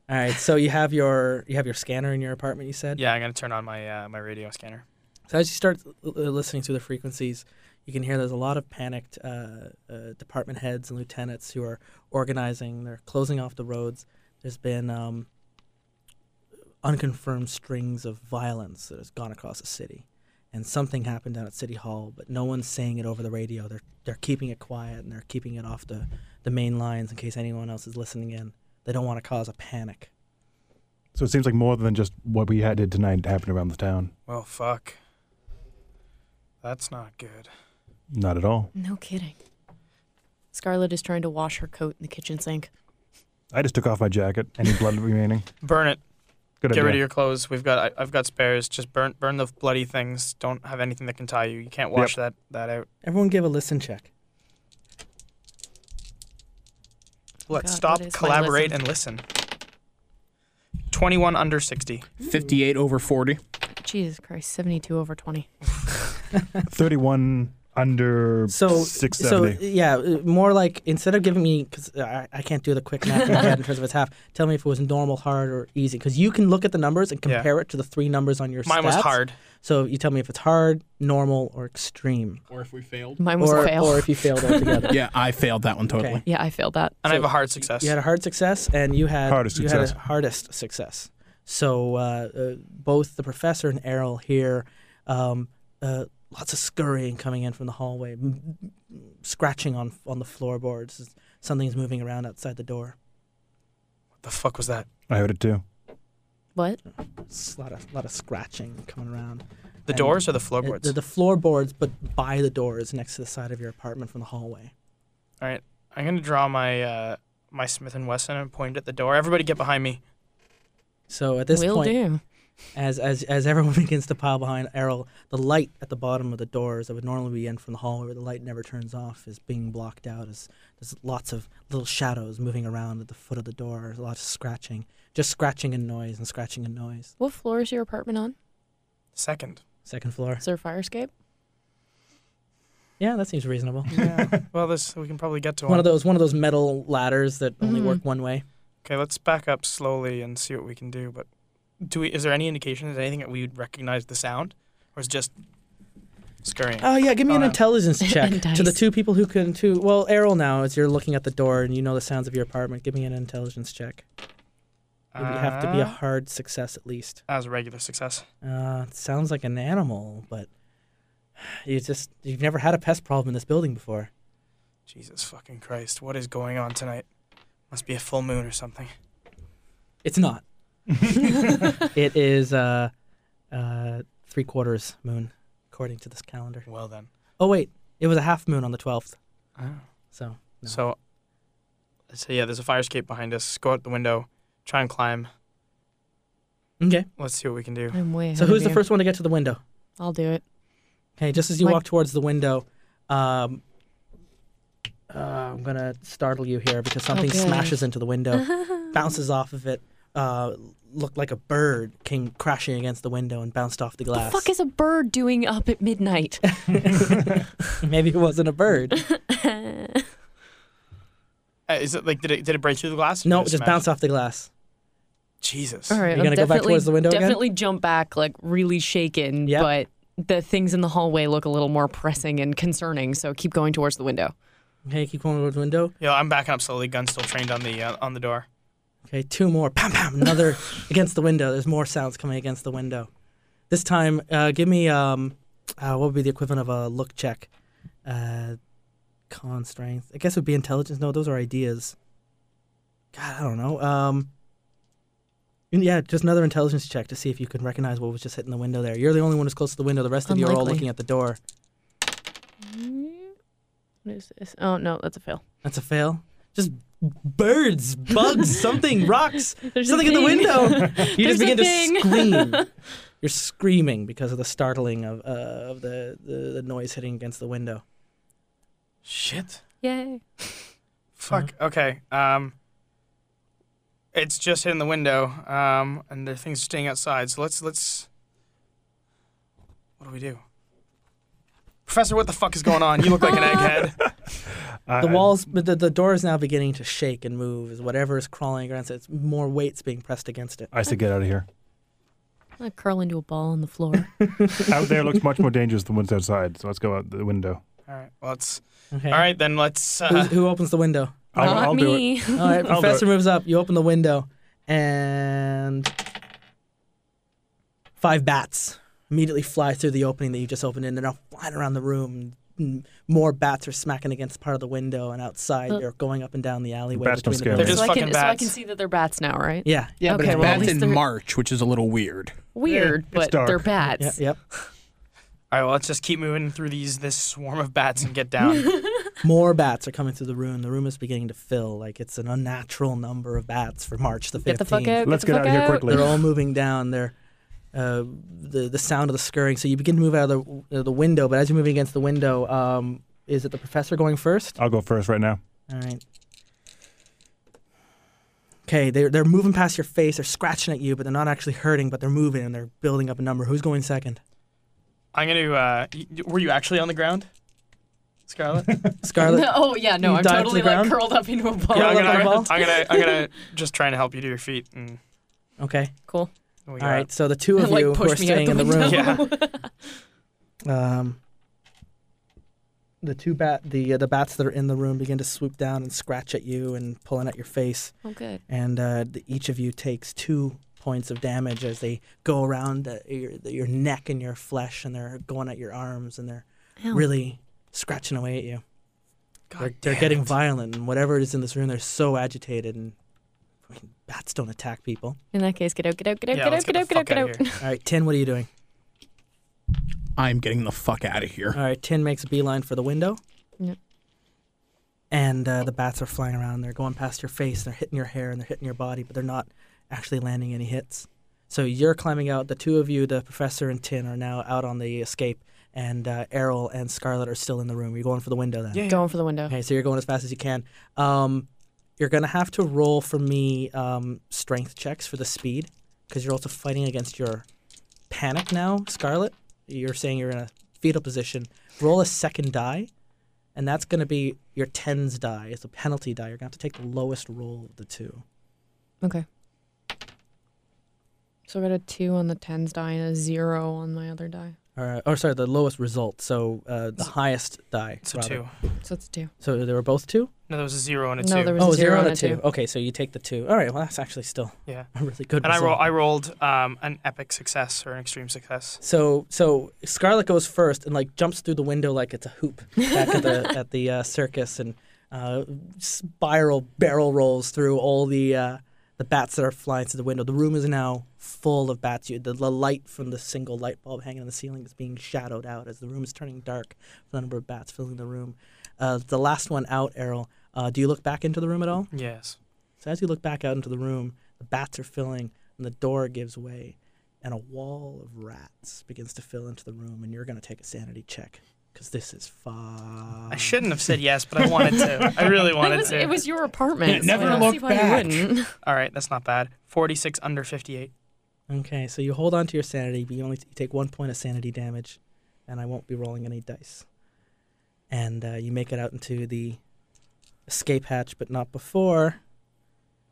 All right, so you have your you have your scanner in your apartment. You said. Yeah, I'm gonna turn on my uh, my radio scanner. So as you start l- l- listening to the frequencies, you can hear there's a lot of panicked uh, uh, department heads and lieutenants who are organizing. They're closing off the roads. There's been um, unconfirmed strings of violence that has gone across the city, and something happened down at City Hall, but no one's saying it over the radio. They're they're keeping it quiet and they're keeping it off the the main lines in case anyone else is listening in. They don't want to cause a panic. So it seems like more than just what we had did tonight happened around the town. Well, fuck. That's not good. Not at all. No kidding. Scarlett is trying to wash her coat in the kitchen sink. I just took off my jacket. Any blood remaining? Burn it. Good Get idea. rid of your clothes. We've got. I, I've got spares. Just burn burn the bloody things. Don't have anything that can tie you. You can't wash that that out. Everyone, give a listen check. Let's God, stop, that is my collaborate, lesson. and listen. Twenty-one under sixty. 58 over 40. Jesus Christ, 72 over 20. 31 under so 670. So yeah, uh, more like instead of giving me because I, I can't do the quick math in my head in terms of its half. Tell me if it was normal, hard, or easy because you can look at the numbers and Yeah. compare it to the three numbers on your. Mine was stats. hard. So you tell me if it's hard, normal, or extreme, Or if we failed. Mine was or a fail. or if you failed altogether. Yeah, I failed that one totally. Okay. yeah, I failed that. And I have a hard success. You had a hard success, and you had Hardest you had success. a hardest success. So uh, uh, both the professor and Errol hear um, uh, lots of scurrying coming in from the hallway, m- m- scratching on on the floorboards. Something's moving around outside the door. what the fuck was that? I heard it too. What? It's a lot of lot of scratching coming around. The And doors or the it- floorboards? The, the floorboards, but by the doors next to the side of your apartment from the hallway. All right, I'm gonna draw my uh, my Smith and Wesson and point at the door. Everybody, get behind me. So at this Will point, do. as as as everyone begins to pile behind Errol, the light at the bottom of the doors that would normally be in from the hallway, where the light never turns off, is being blocked out. As there's lots of little shadows moving around at the foot of the door, lots of scratching, just scratching and noise and scratching and noise. What floor is your apartment on? Second, Second floor. Is there a fire escape? Yeah, that seems reasonable. Yeah. well, this we can probably get to one of those one of those metal ladders that only Mm-hmm. work one way. Okay, let's back up slowly and see what we can do. But do we? Is there any indication? Is there anything that we would recognize the sound, or is it just scurrying? Oh yeah, give me Oh, an no. intelligence check Uh, And to the dice. two people who can. To well, Errol now as you're looking at the door and you know the sounds of your apartment. Give me an intelligence check. It would have to be a Uh, hard success at least. that was a regular success. Uh, it sounds like an animal, but you just you've never had a pest problem in this building before. Jesus fucking Christ! What is going on tonight? Must be a full moon or something. It's not. it is uh, uh, three quarters moon according to this calendar. Well then. Oh wait, it was a half moon on the twelfth. Oh. So No. So, so yeah, there's a fire escape behind us. Go out the window, try and climb. okay. Let's see what we can do. I'm way. So ahead who's of the you. first one to get to the window? I'll do it. Okay, just as you Mike. walk towards the window, um, uh, I'm gonna startle you here because something Okay. Uh-huh. smashes into the window, bounces off of it. Uh, looked like a bird came crashing against the window and bounced off the glass. Fuck is a bird doing up at midnight? Maybe it wasn't a bird. Uh, is it like did it did it break through the glass? or no, it did it just smash? bounced off the glass. Jesus. All You right, gonna I'm go back definitely- towards the window again? Definitely jump back, like really shaken. Yep. But the things in the hallway look a little more pressing and concerning. So keep going towards the window. Okay, keep going towards the window. Yeah, I'm backing up slowly. Gun still trained on the uh, on the door. Okay, two more. Pam, pam. Another against the window. There's more sounds coming against the window. This time, uh, give me um, uh, what would be the equivalent of a look check? Uh, con strength. I guess it would be intelligence. No, those are ideas. God, I don't know. Um, and yeah, just another intelligence check to see if you can recognize what was just hitting the window there. You're the only one who's close to the window. The rest of you are all Unlikely. looking at the door. What is this? Oh no, that's a fail. That's a fail. Just birds, bugs, something, rocks. There's something in the window. You There's just a begin to thing. scream. You're screaming because of the startling of, uh, of the, the, the noise hitting against the window. Shit. Yay. Fuck. Okay. Um. It's just hitting the window. Um. And there are things staying outside. So let's let's. What do we do? Professor, what the fuck is going on? You look like an egghead. I- The I- walls, but the, the door is now beginning to shake and move as whatever is crawling against it, it's more weight's being pressed against it. I say get out of here. I curl into a ball on the floor. out there looks much more dangerous than what's outside, so let's go out the window. All right. Well, let's. Okay. All right then. Let's. Who's, Uh, who opens the window? I'll, Not I'll do it. me. All right, I'll do Professor it. moves up. You open the window, and five bats immediately fly through the opening that you just opened, and they're now flying around the room. Mm, More bats are smacking against part of the window, and outside Uh. they're going up and down the alleyway. Bats between don't the scare me. They're buildings. just so I fucking can, So I bats. can see that they're bats now, right? yeah, Yeah, Okay, but well, at it's bats least in they're- March, which is a little weird. Weird, but dark. they're bats. yeah, yep. all right. Well, let's just keep moving through these this swarm of bats and get down. More bats are coming through the room. The room is beginning to fill. Like it's an unnatural number of bats for March the fifteenth. Get the fuck out. Let's get, get the fuck out of here quickly. They're all moving down. They're uh, the the sound of the scurrying. So you begin to move out of the, uh, the window, but as you're moving against the window, um, is it the professor going first? I'll go first right now. All right. Okay, they're they're moving past your face. They're scratching at you, but they're not actually hurting. But they're moving and they're building up a number. Who's going second? I'm gonna. Uh, y- y- were you actually on the ground, Scarlet? Scarlet. oh yeah, no, You I'm dive to totally the like ground? curled up into a ball. Yeah, Roll I'm up gonna, I'm, our gonna, balls? I'm gonna, I'm gonna just try and help you to your feet. And Okay. Cool. we All got- right. So the two of like you who pushed are me out staying the in the room. window. Yeah. Um, the two bat the uh, the bats that are in the room begin to swoop down and scratch at you and pulling at your face, Oh good. and uh, the, each of you takes two points of damage as they go around uh, your, the, your neck and your flesh, and they're going at your arms and they're Ow. really scratching away at you. God They're, they're damn getting it. violent, and whatever it is in this room, they're so agitated and. I mean, Bats don't attack people. In that case, get out, get out, get out, Yeah, get let's out, get get the out, get out, fuck get outta out. here. All right, Tin, what are you doing? I'm getting the fuck out of here. All right, Tin makes a beeline for the window. Yep. And uh, the bats are flying around. They're going past your face. They're hitting your hair and they're hitting your body, but they're not actually landing any hits. So you're climbing out. The two of you, the professor and Tin, are now out on the escape, and uh, Errol and Scarlet are still in the room. You're going for the window then. Yeah. Going for the window. Okay, so you're going as fast as you can. Um, you're gonna have to roll for me um, strength checks for the speed because you're also fighting against your panic now, Scarlet. you're saying you're in a fetal position, roll a second die, and that's going to be your tens die. It's a penalty die. You're going to have to take the lowest roll of the two. Okay. So I got a two on the tens die and a zero on my other die. All right. Or sorry, the lowest result. So uh, the highest die. It's a rather. two. So it's two. So they were both two. No, there was a zero and a No, two. there was Oh, a zero zero and and a a two. Okay, so you take the two. All right. Well, that's actually still yeah. a really good. And I, result. roll, I rolled um, an epic success or an extreme success. So so Scarlet goes first and like jumps through the window like it's a hoop back at the at the uh, circus and uh, spiral barrel rolls through all the uh, the bats that are flying through the window. The room is now full of bats. You, the, the light from the single light bulb hanging on the ceiling is being shadowed out as the room is turning dark. The number of bats filling the room. Uh, the last one out, Errol. Uh, do you look back into the room at all? Yes. So as you look back out into the room, the bats are filling, and the door gives way, and a wall of rats begins to fill into the room, and you're going to take a sanity check because this is fun. I shouldn't have said yes, but I wanted to. I really wanted it was, to. it was your apartment. Yeah, so never I don't see look why you back. wouldn't. All right, that's not bad. 46 under 58. Okay, so you hold on to your sanity, but you only you take one point of sanity damage, and I won't be rolling any dice. And uh, you make it out into the escape hatch, but not before.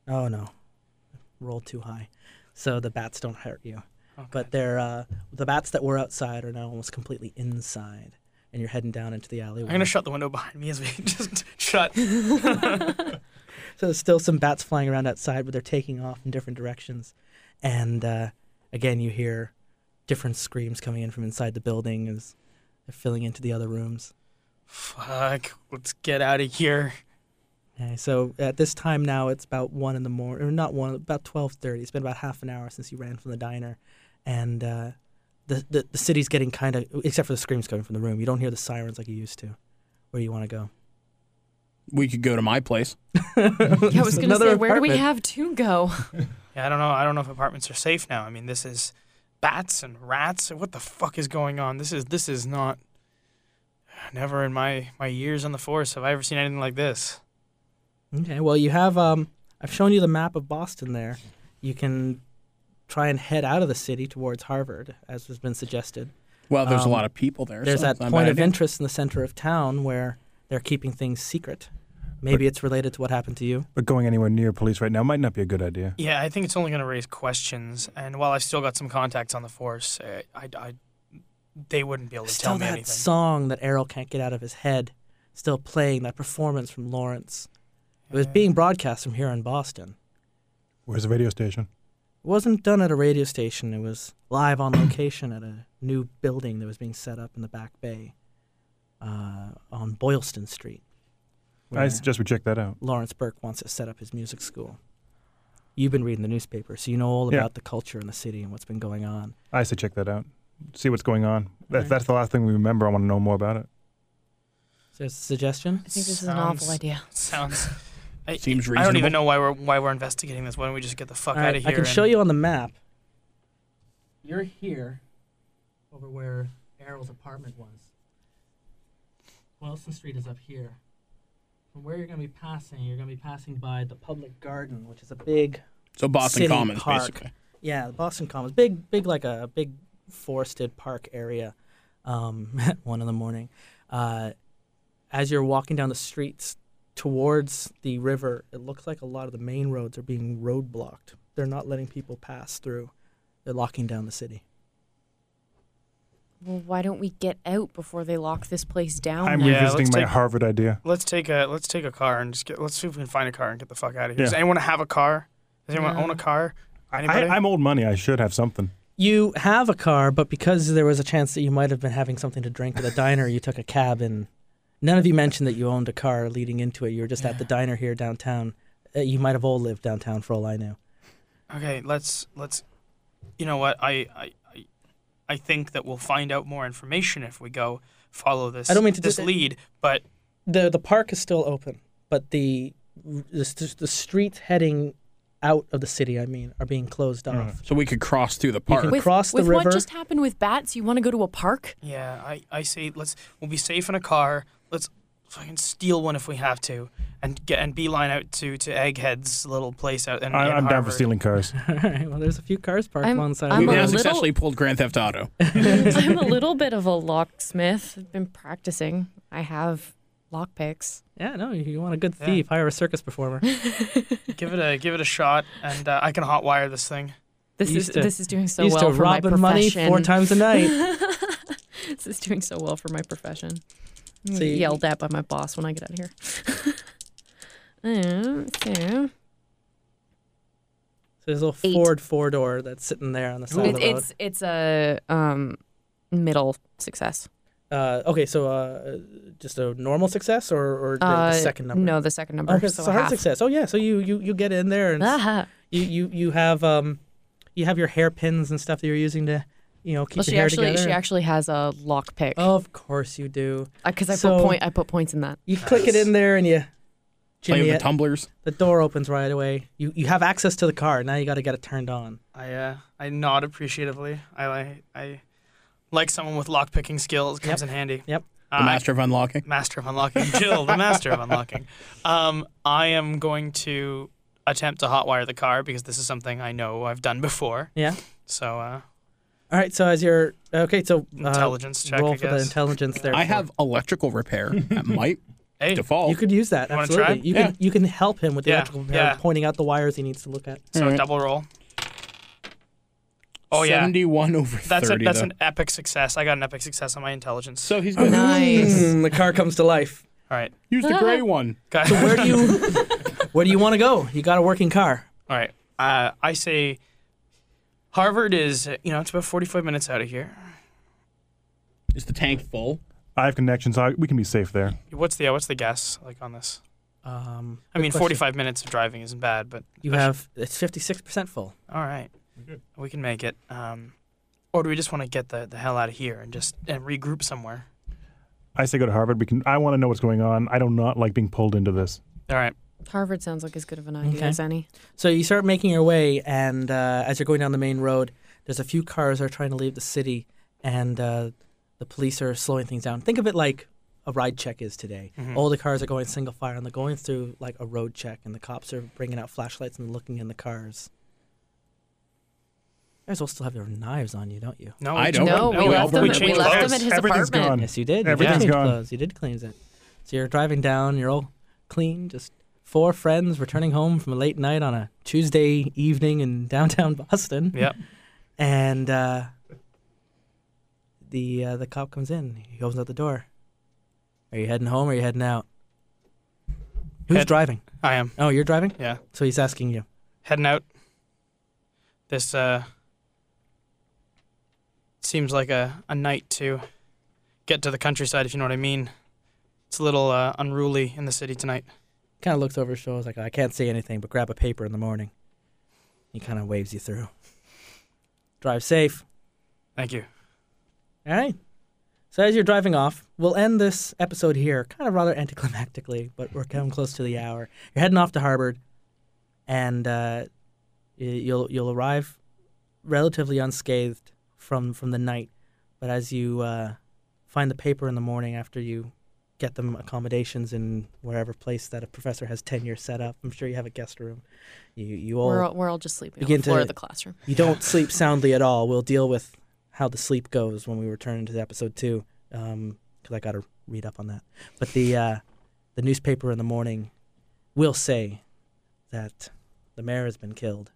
Oh no, rolled too high, so the bats don't hurt you. Okay. But they're uh, the bats that were outside are now almost completely inside, and you're heading down into the alleyway. I'm going to shut the window behind me as we just shut. So there's still some bats flying around outside, but they're taking off in different directions. And uh, again, you hear different screams coming in from inside the building as they're filling into the other rooms. Fuck, let's get out of here. Okay, so at this time now, it's about one in the morning, or not one, about twelve thirty. It's been about half an hour since you ran from the diner, and uh, the, the the city's getting kind of, except for the screams coming from the room. You don't hear the sirens like you used to. Where do you want to go? We could go to my place. Yeah, I was going to Another say, where do we apartment. have to go? Yeah, I don't know. I don't know if apartments are safe now. I mean, this is bats and rats. What the fuck is going on? This is this is not. Never in my my years on the force have I ever seen anything like this. Okay, well, you have. Um, I've shown you the map of Boston there. You can try and head out of the city towards Harvard, as has been suggested. Well, there's Um, a lot of people there. There's so that it's not a point bad of idea. interest in the center of town where they're keeping things secret. Maybe it's related to what happened to you. But going anywhere near police right now might not be a good idea. Yeah, I think it's only going to raise questions. And while I've still got some contacts on the force, uh, I, I- they wouldn't be able to Still tell me that anything. song that Errol can't get out of his head. Still playing that performance from Lawrence. It was being broadcast from here in Boston. Where's the radio station? It wasn't done at a radio station. It was live on location at a new building that was being set up in the back bay uh, on Boylston Street. I where suggest we check that out. Lawrence Burke wants to set up his music school. You've been reading the newspaper, so you know all Yeah. about the culture in the city and what's been going on. I say check that out. See what's going on. If Alright. that's the last thing we remember, I want to know more about it. Is there a suggestion? I think this is an Sounds- awful idea. Sounds. I, Seems I don't reasonable. even know why we're why we're investigating this. Why don't we just get the fuck All out of right, here? I can and- show you on the map. You're here, over where Errol's apartment was. Wilson Street is up here. From where you're going to be passing, you're going to be passing by the public garden, which is a big So Boston City Commons, Park. basically. Yeah, the Boston Commons, big, big like a big forested park area. Um, at one in the morning, uh, as you're walking down the streets towards the river, it looks like a lot of the main roads are being roadblocked. They're not letting people pass through. They're locking down the city. Well, why don't we get out before they lock this place down? I'm Oh, yeah, let's revisiting my take- Harvard idea. Let's take a let's take a car and just get. Let's see if we can find a car and get the fuck out of here. Does Yeah. anyone have a car? Does anyone No. own a car? I, Anybody? I'm old money. I should have something. You have a car, but because there was a chance that you might have been having something to drink at a diner, you took a cab and none of you mentioned that you owned a car leading into it. You were just at the diner here downtown. Uh, you might have all lived downtown for all I knew. Okay, let's let's. You know what? I I I- I think that we'll find out more information if we go follow this. I don't mean to this dis- lead, but the the park is still open, but the the, the streets heading out of the city, I mean, are being closed off. So we could cross through the park. could- with, Across the with river? what just happened with bats, you want to go to a park? yeah, I I say let's we'll be safe in a car. Let's so I can steal one if we have to, and get and beeline out to to Egghead's little place out. In, I, in I'm down for Harvard. stealing cars. All right. Well, there's a few cars parked I'm- on the side I'm We've of the a now road. little- successfully pulled Grand Theft Auto. I'm a little bit of a locksmith. I've been practicing. I have lockpicks. Yeah, no, you want a good Yeah. thief, hire a circus performer. Give it a give it a shot, and uh, I can hotwire this thing. This You is used to- this is doing so Used well to for my robbing profession. money four times a night. this is doing so well for my profession. I'm gonna See- get yelled at by my boss when I get out of here. Um, so So there's a little Eight. Ford four door that's sitting there on the side of it, the road. it's it's a um middle success. Uh, okay, so uh, just a normal success or, or the, the Uh, second number? No, the second number. Okay, so so it's a hard half. success. Oh yeah, so you you, you get in there and Ah, you, you you have um you have your hairpins and stuff that you're using to you know keep well, your she hair actually together. she actually has a lockpick. of course you do. because I so- put point I put points in that. You click it in there and you Play jimmy with the it. tumblers. the door opens right away. You you have access to the car. Now you got to get it turned on. I uh, I nod appreciatively. I like I like someone with lock picking skills comes in handy. Yep. Uh, The master of unlocking. master of unlocking. Jill, the master of unlocking. Um, I am going to attempt to hotwire the car because this is something I know I've done before. Yeah. So uh, All right. So as your okay, so uh, Intelligence check, Roll I for the guess. intelligence there. I for- have electrical repair. That might hey, default. You could use that Wanna absolutely. try? You can you can help him with the Yeah, electrical repair, yeah. pointing out the wires he needs to look at. so double roll. Oh yeah, seventy-one over that's a, thirty. that's though. an epic success. I got an epic success on my intelligence. so he's good. Nice. Hmm, the car comes to life. All right, Use the gray one. guys. Where do you where do you want to go? You got a working car. All right. Uh, I say Harvard is, uh, you know, it's about 45 minutes out of here. Is the tank full? I have connections. I, we can be safe there. What's the uh, what's the guess like on this? Um, I mean, question. 45 minutes of driving isn't bad, but you have it's fifty six percent full. all right, we can make it. Um, or do we just want to get the, the hell out of here and just and regroup somewhere? I say go to Harvard. We can. I want to know what's going on. I do not like being pulled into this. All right. Harvard sounds like as good of an idea Okay. as any. So you start making your way, and uh, as you're going down the main road, there's a few cars that are trying to leave the city, and uh, the police are slowing things down. Think of it like a ride check is today. Hmm. Mm-hmm. All the cars are going single file, and they're going through like a road check, and the cops are bringing out flashlights and looking in the cars. You guys all still have your knives on you, don't you? No, I we- don't. No, No, we we left all- them. we at- We changed left clothes. them at his Everything's apartment. gone. Yes, you did. Everything's you did gone. Clothes. You did cleanse it. So you're driving down. You're all clean. Just four friends returning home from a late night on a Tuesday evening in downtown Boston. Yep. And uh, the uh, the cop comes in. He opens up the door. Are you heading home or are you heading out? Who's Head- driving? I am. Oh, you're driving. Yeah, So he's asking you. heading out. This uh seems like a a night to get to the countryside, if you know what I mean. It's a little uh, unruly in the city tonight. Kind of looks over his shoulder. He's like, I can't see anything, but grab a paper in the morning. He kind of waves you through. Drive safe. Thank you. All right. So as you're driving off, we'll end this episode here, kind of rather anticlimactically, but we're coming close to the hour. You're heading off to Harvard, and uh, y- you'll you'll arrive relatively unscathed from from the night. But as you uh, find the paper in the morning after you get them accommodations in wherever place that a professor has tenure set up, I'm sure you have a guest room. You you all We're all, we're all just sleeping on Begin the floor to- of the classroom. you don't sleep soundly at all. We'll deal with how the sleep goes when we return to episode two, because I got to read up on that. But the uh, the newspaper in the morning will say that the mayor has been killed.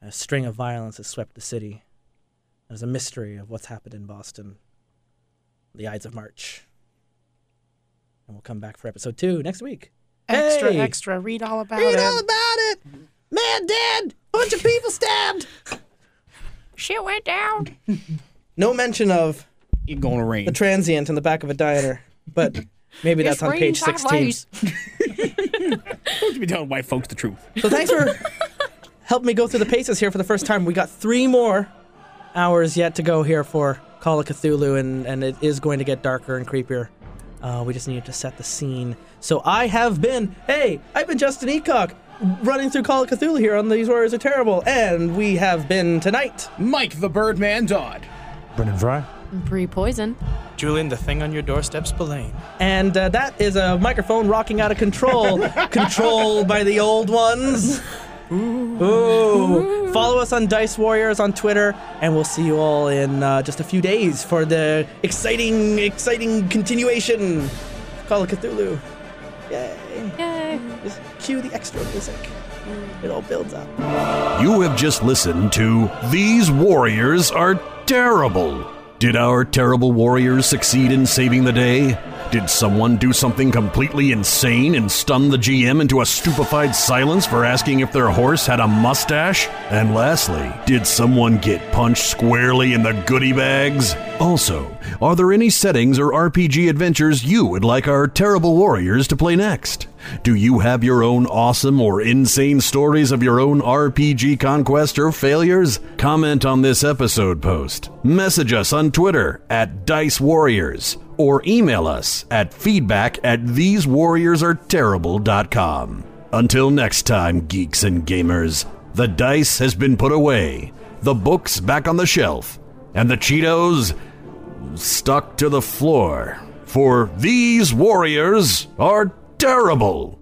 A string of violence has swept the city. There's a mystery of what's happened in Boston. The Ides of March. And we'll come back for episode two next week. Extra, Hey! extra. Read all about Read it. all about it. Man dead. Bunch of people stabbed. She went down. No mention of It gonna the rain. transient in the back of a diner, but maybe that's on page 16. Supposed to be telling white folks the truth. So thanks for helping me go through the paces here for the first time. We got three more hours yet to go here for Call of Cthulhu, and, and it is going to get darker and creepier. Uh, we just needed to set the scene. So I have been, hey, I've been Justin Eacock running through Call of Cthulhu here on These Warriors Are Terrible, and we have been tonight. Mike the Birdman Dodd. Brendan Fry. Pre poison. Julian, the thing on your doorstep's Spillane. And uh, that is a microphone rocking out of control, controlled by the old ones. Ooh. Follow us on Dice Warriors on Twitter, and we'll see you all in uh, just a few days for the exciting, exciting continuation of Call of Cthulhu. Yay. Yay. Just cue the extra music. It all builds up. You have just listened to These Warriors Are Terrible. Did our terrible warriors succeed in saving the day? Did someone do something completely insane and stun the GM into a stupefied silence for asking if their horse had a mustache? And lastly, did someone get punched squarely in the goodie bags? Also, are there any settings or RPG adventures you would like our terrible warriors to play next? Do you have your own awesome or insane stories of your own RPG conquest or failures? Comment on this episode post. Message us on Twitter at Dice Warriors or email us at feedback at thesewarriorsarterrible.com. Until next time, geeks and gamers, the dice has been put away, the books back on the shelf, and the Cheetos stuck to the floor. For these warriors are terrible.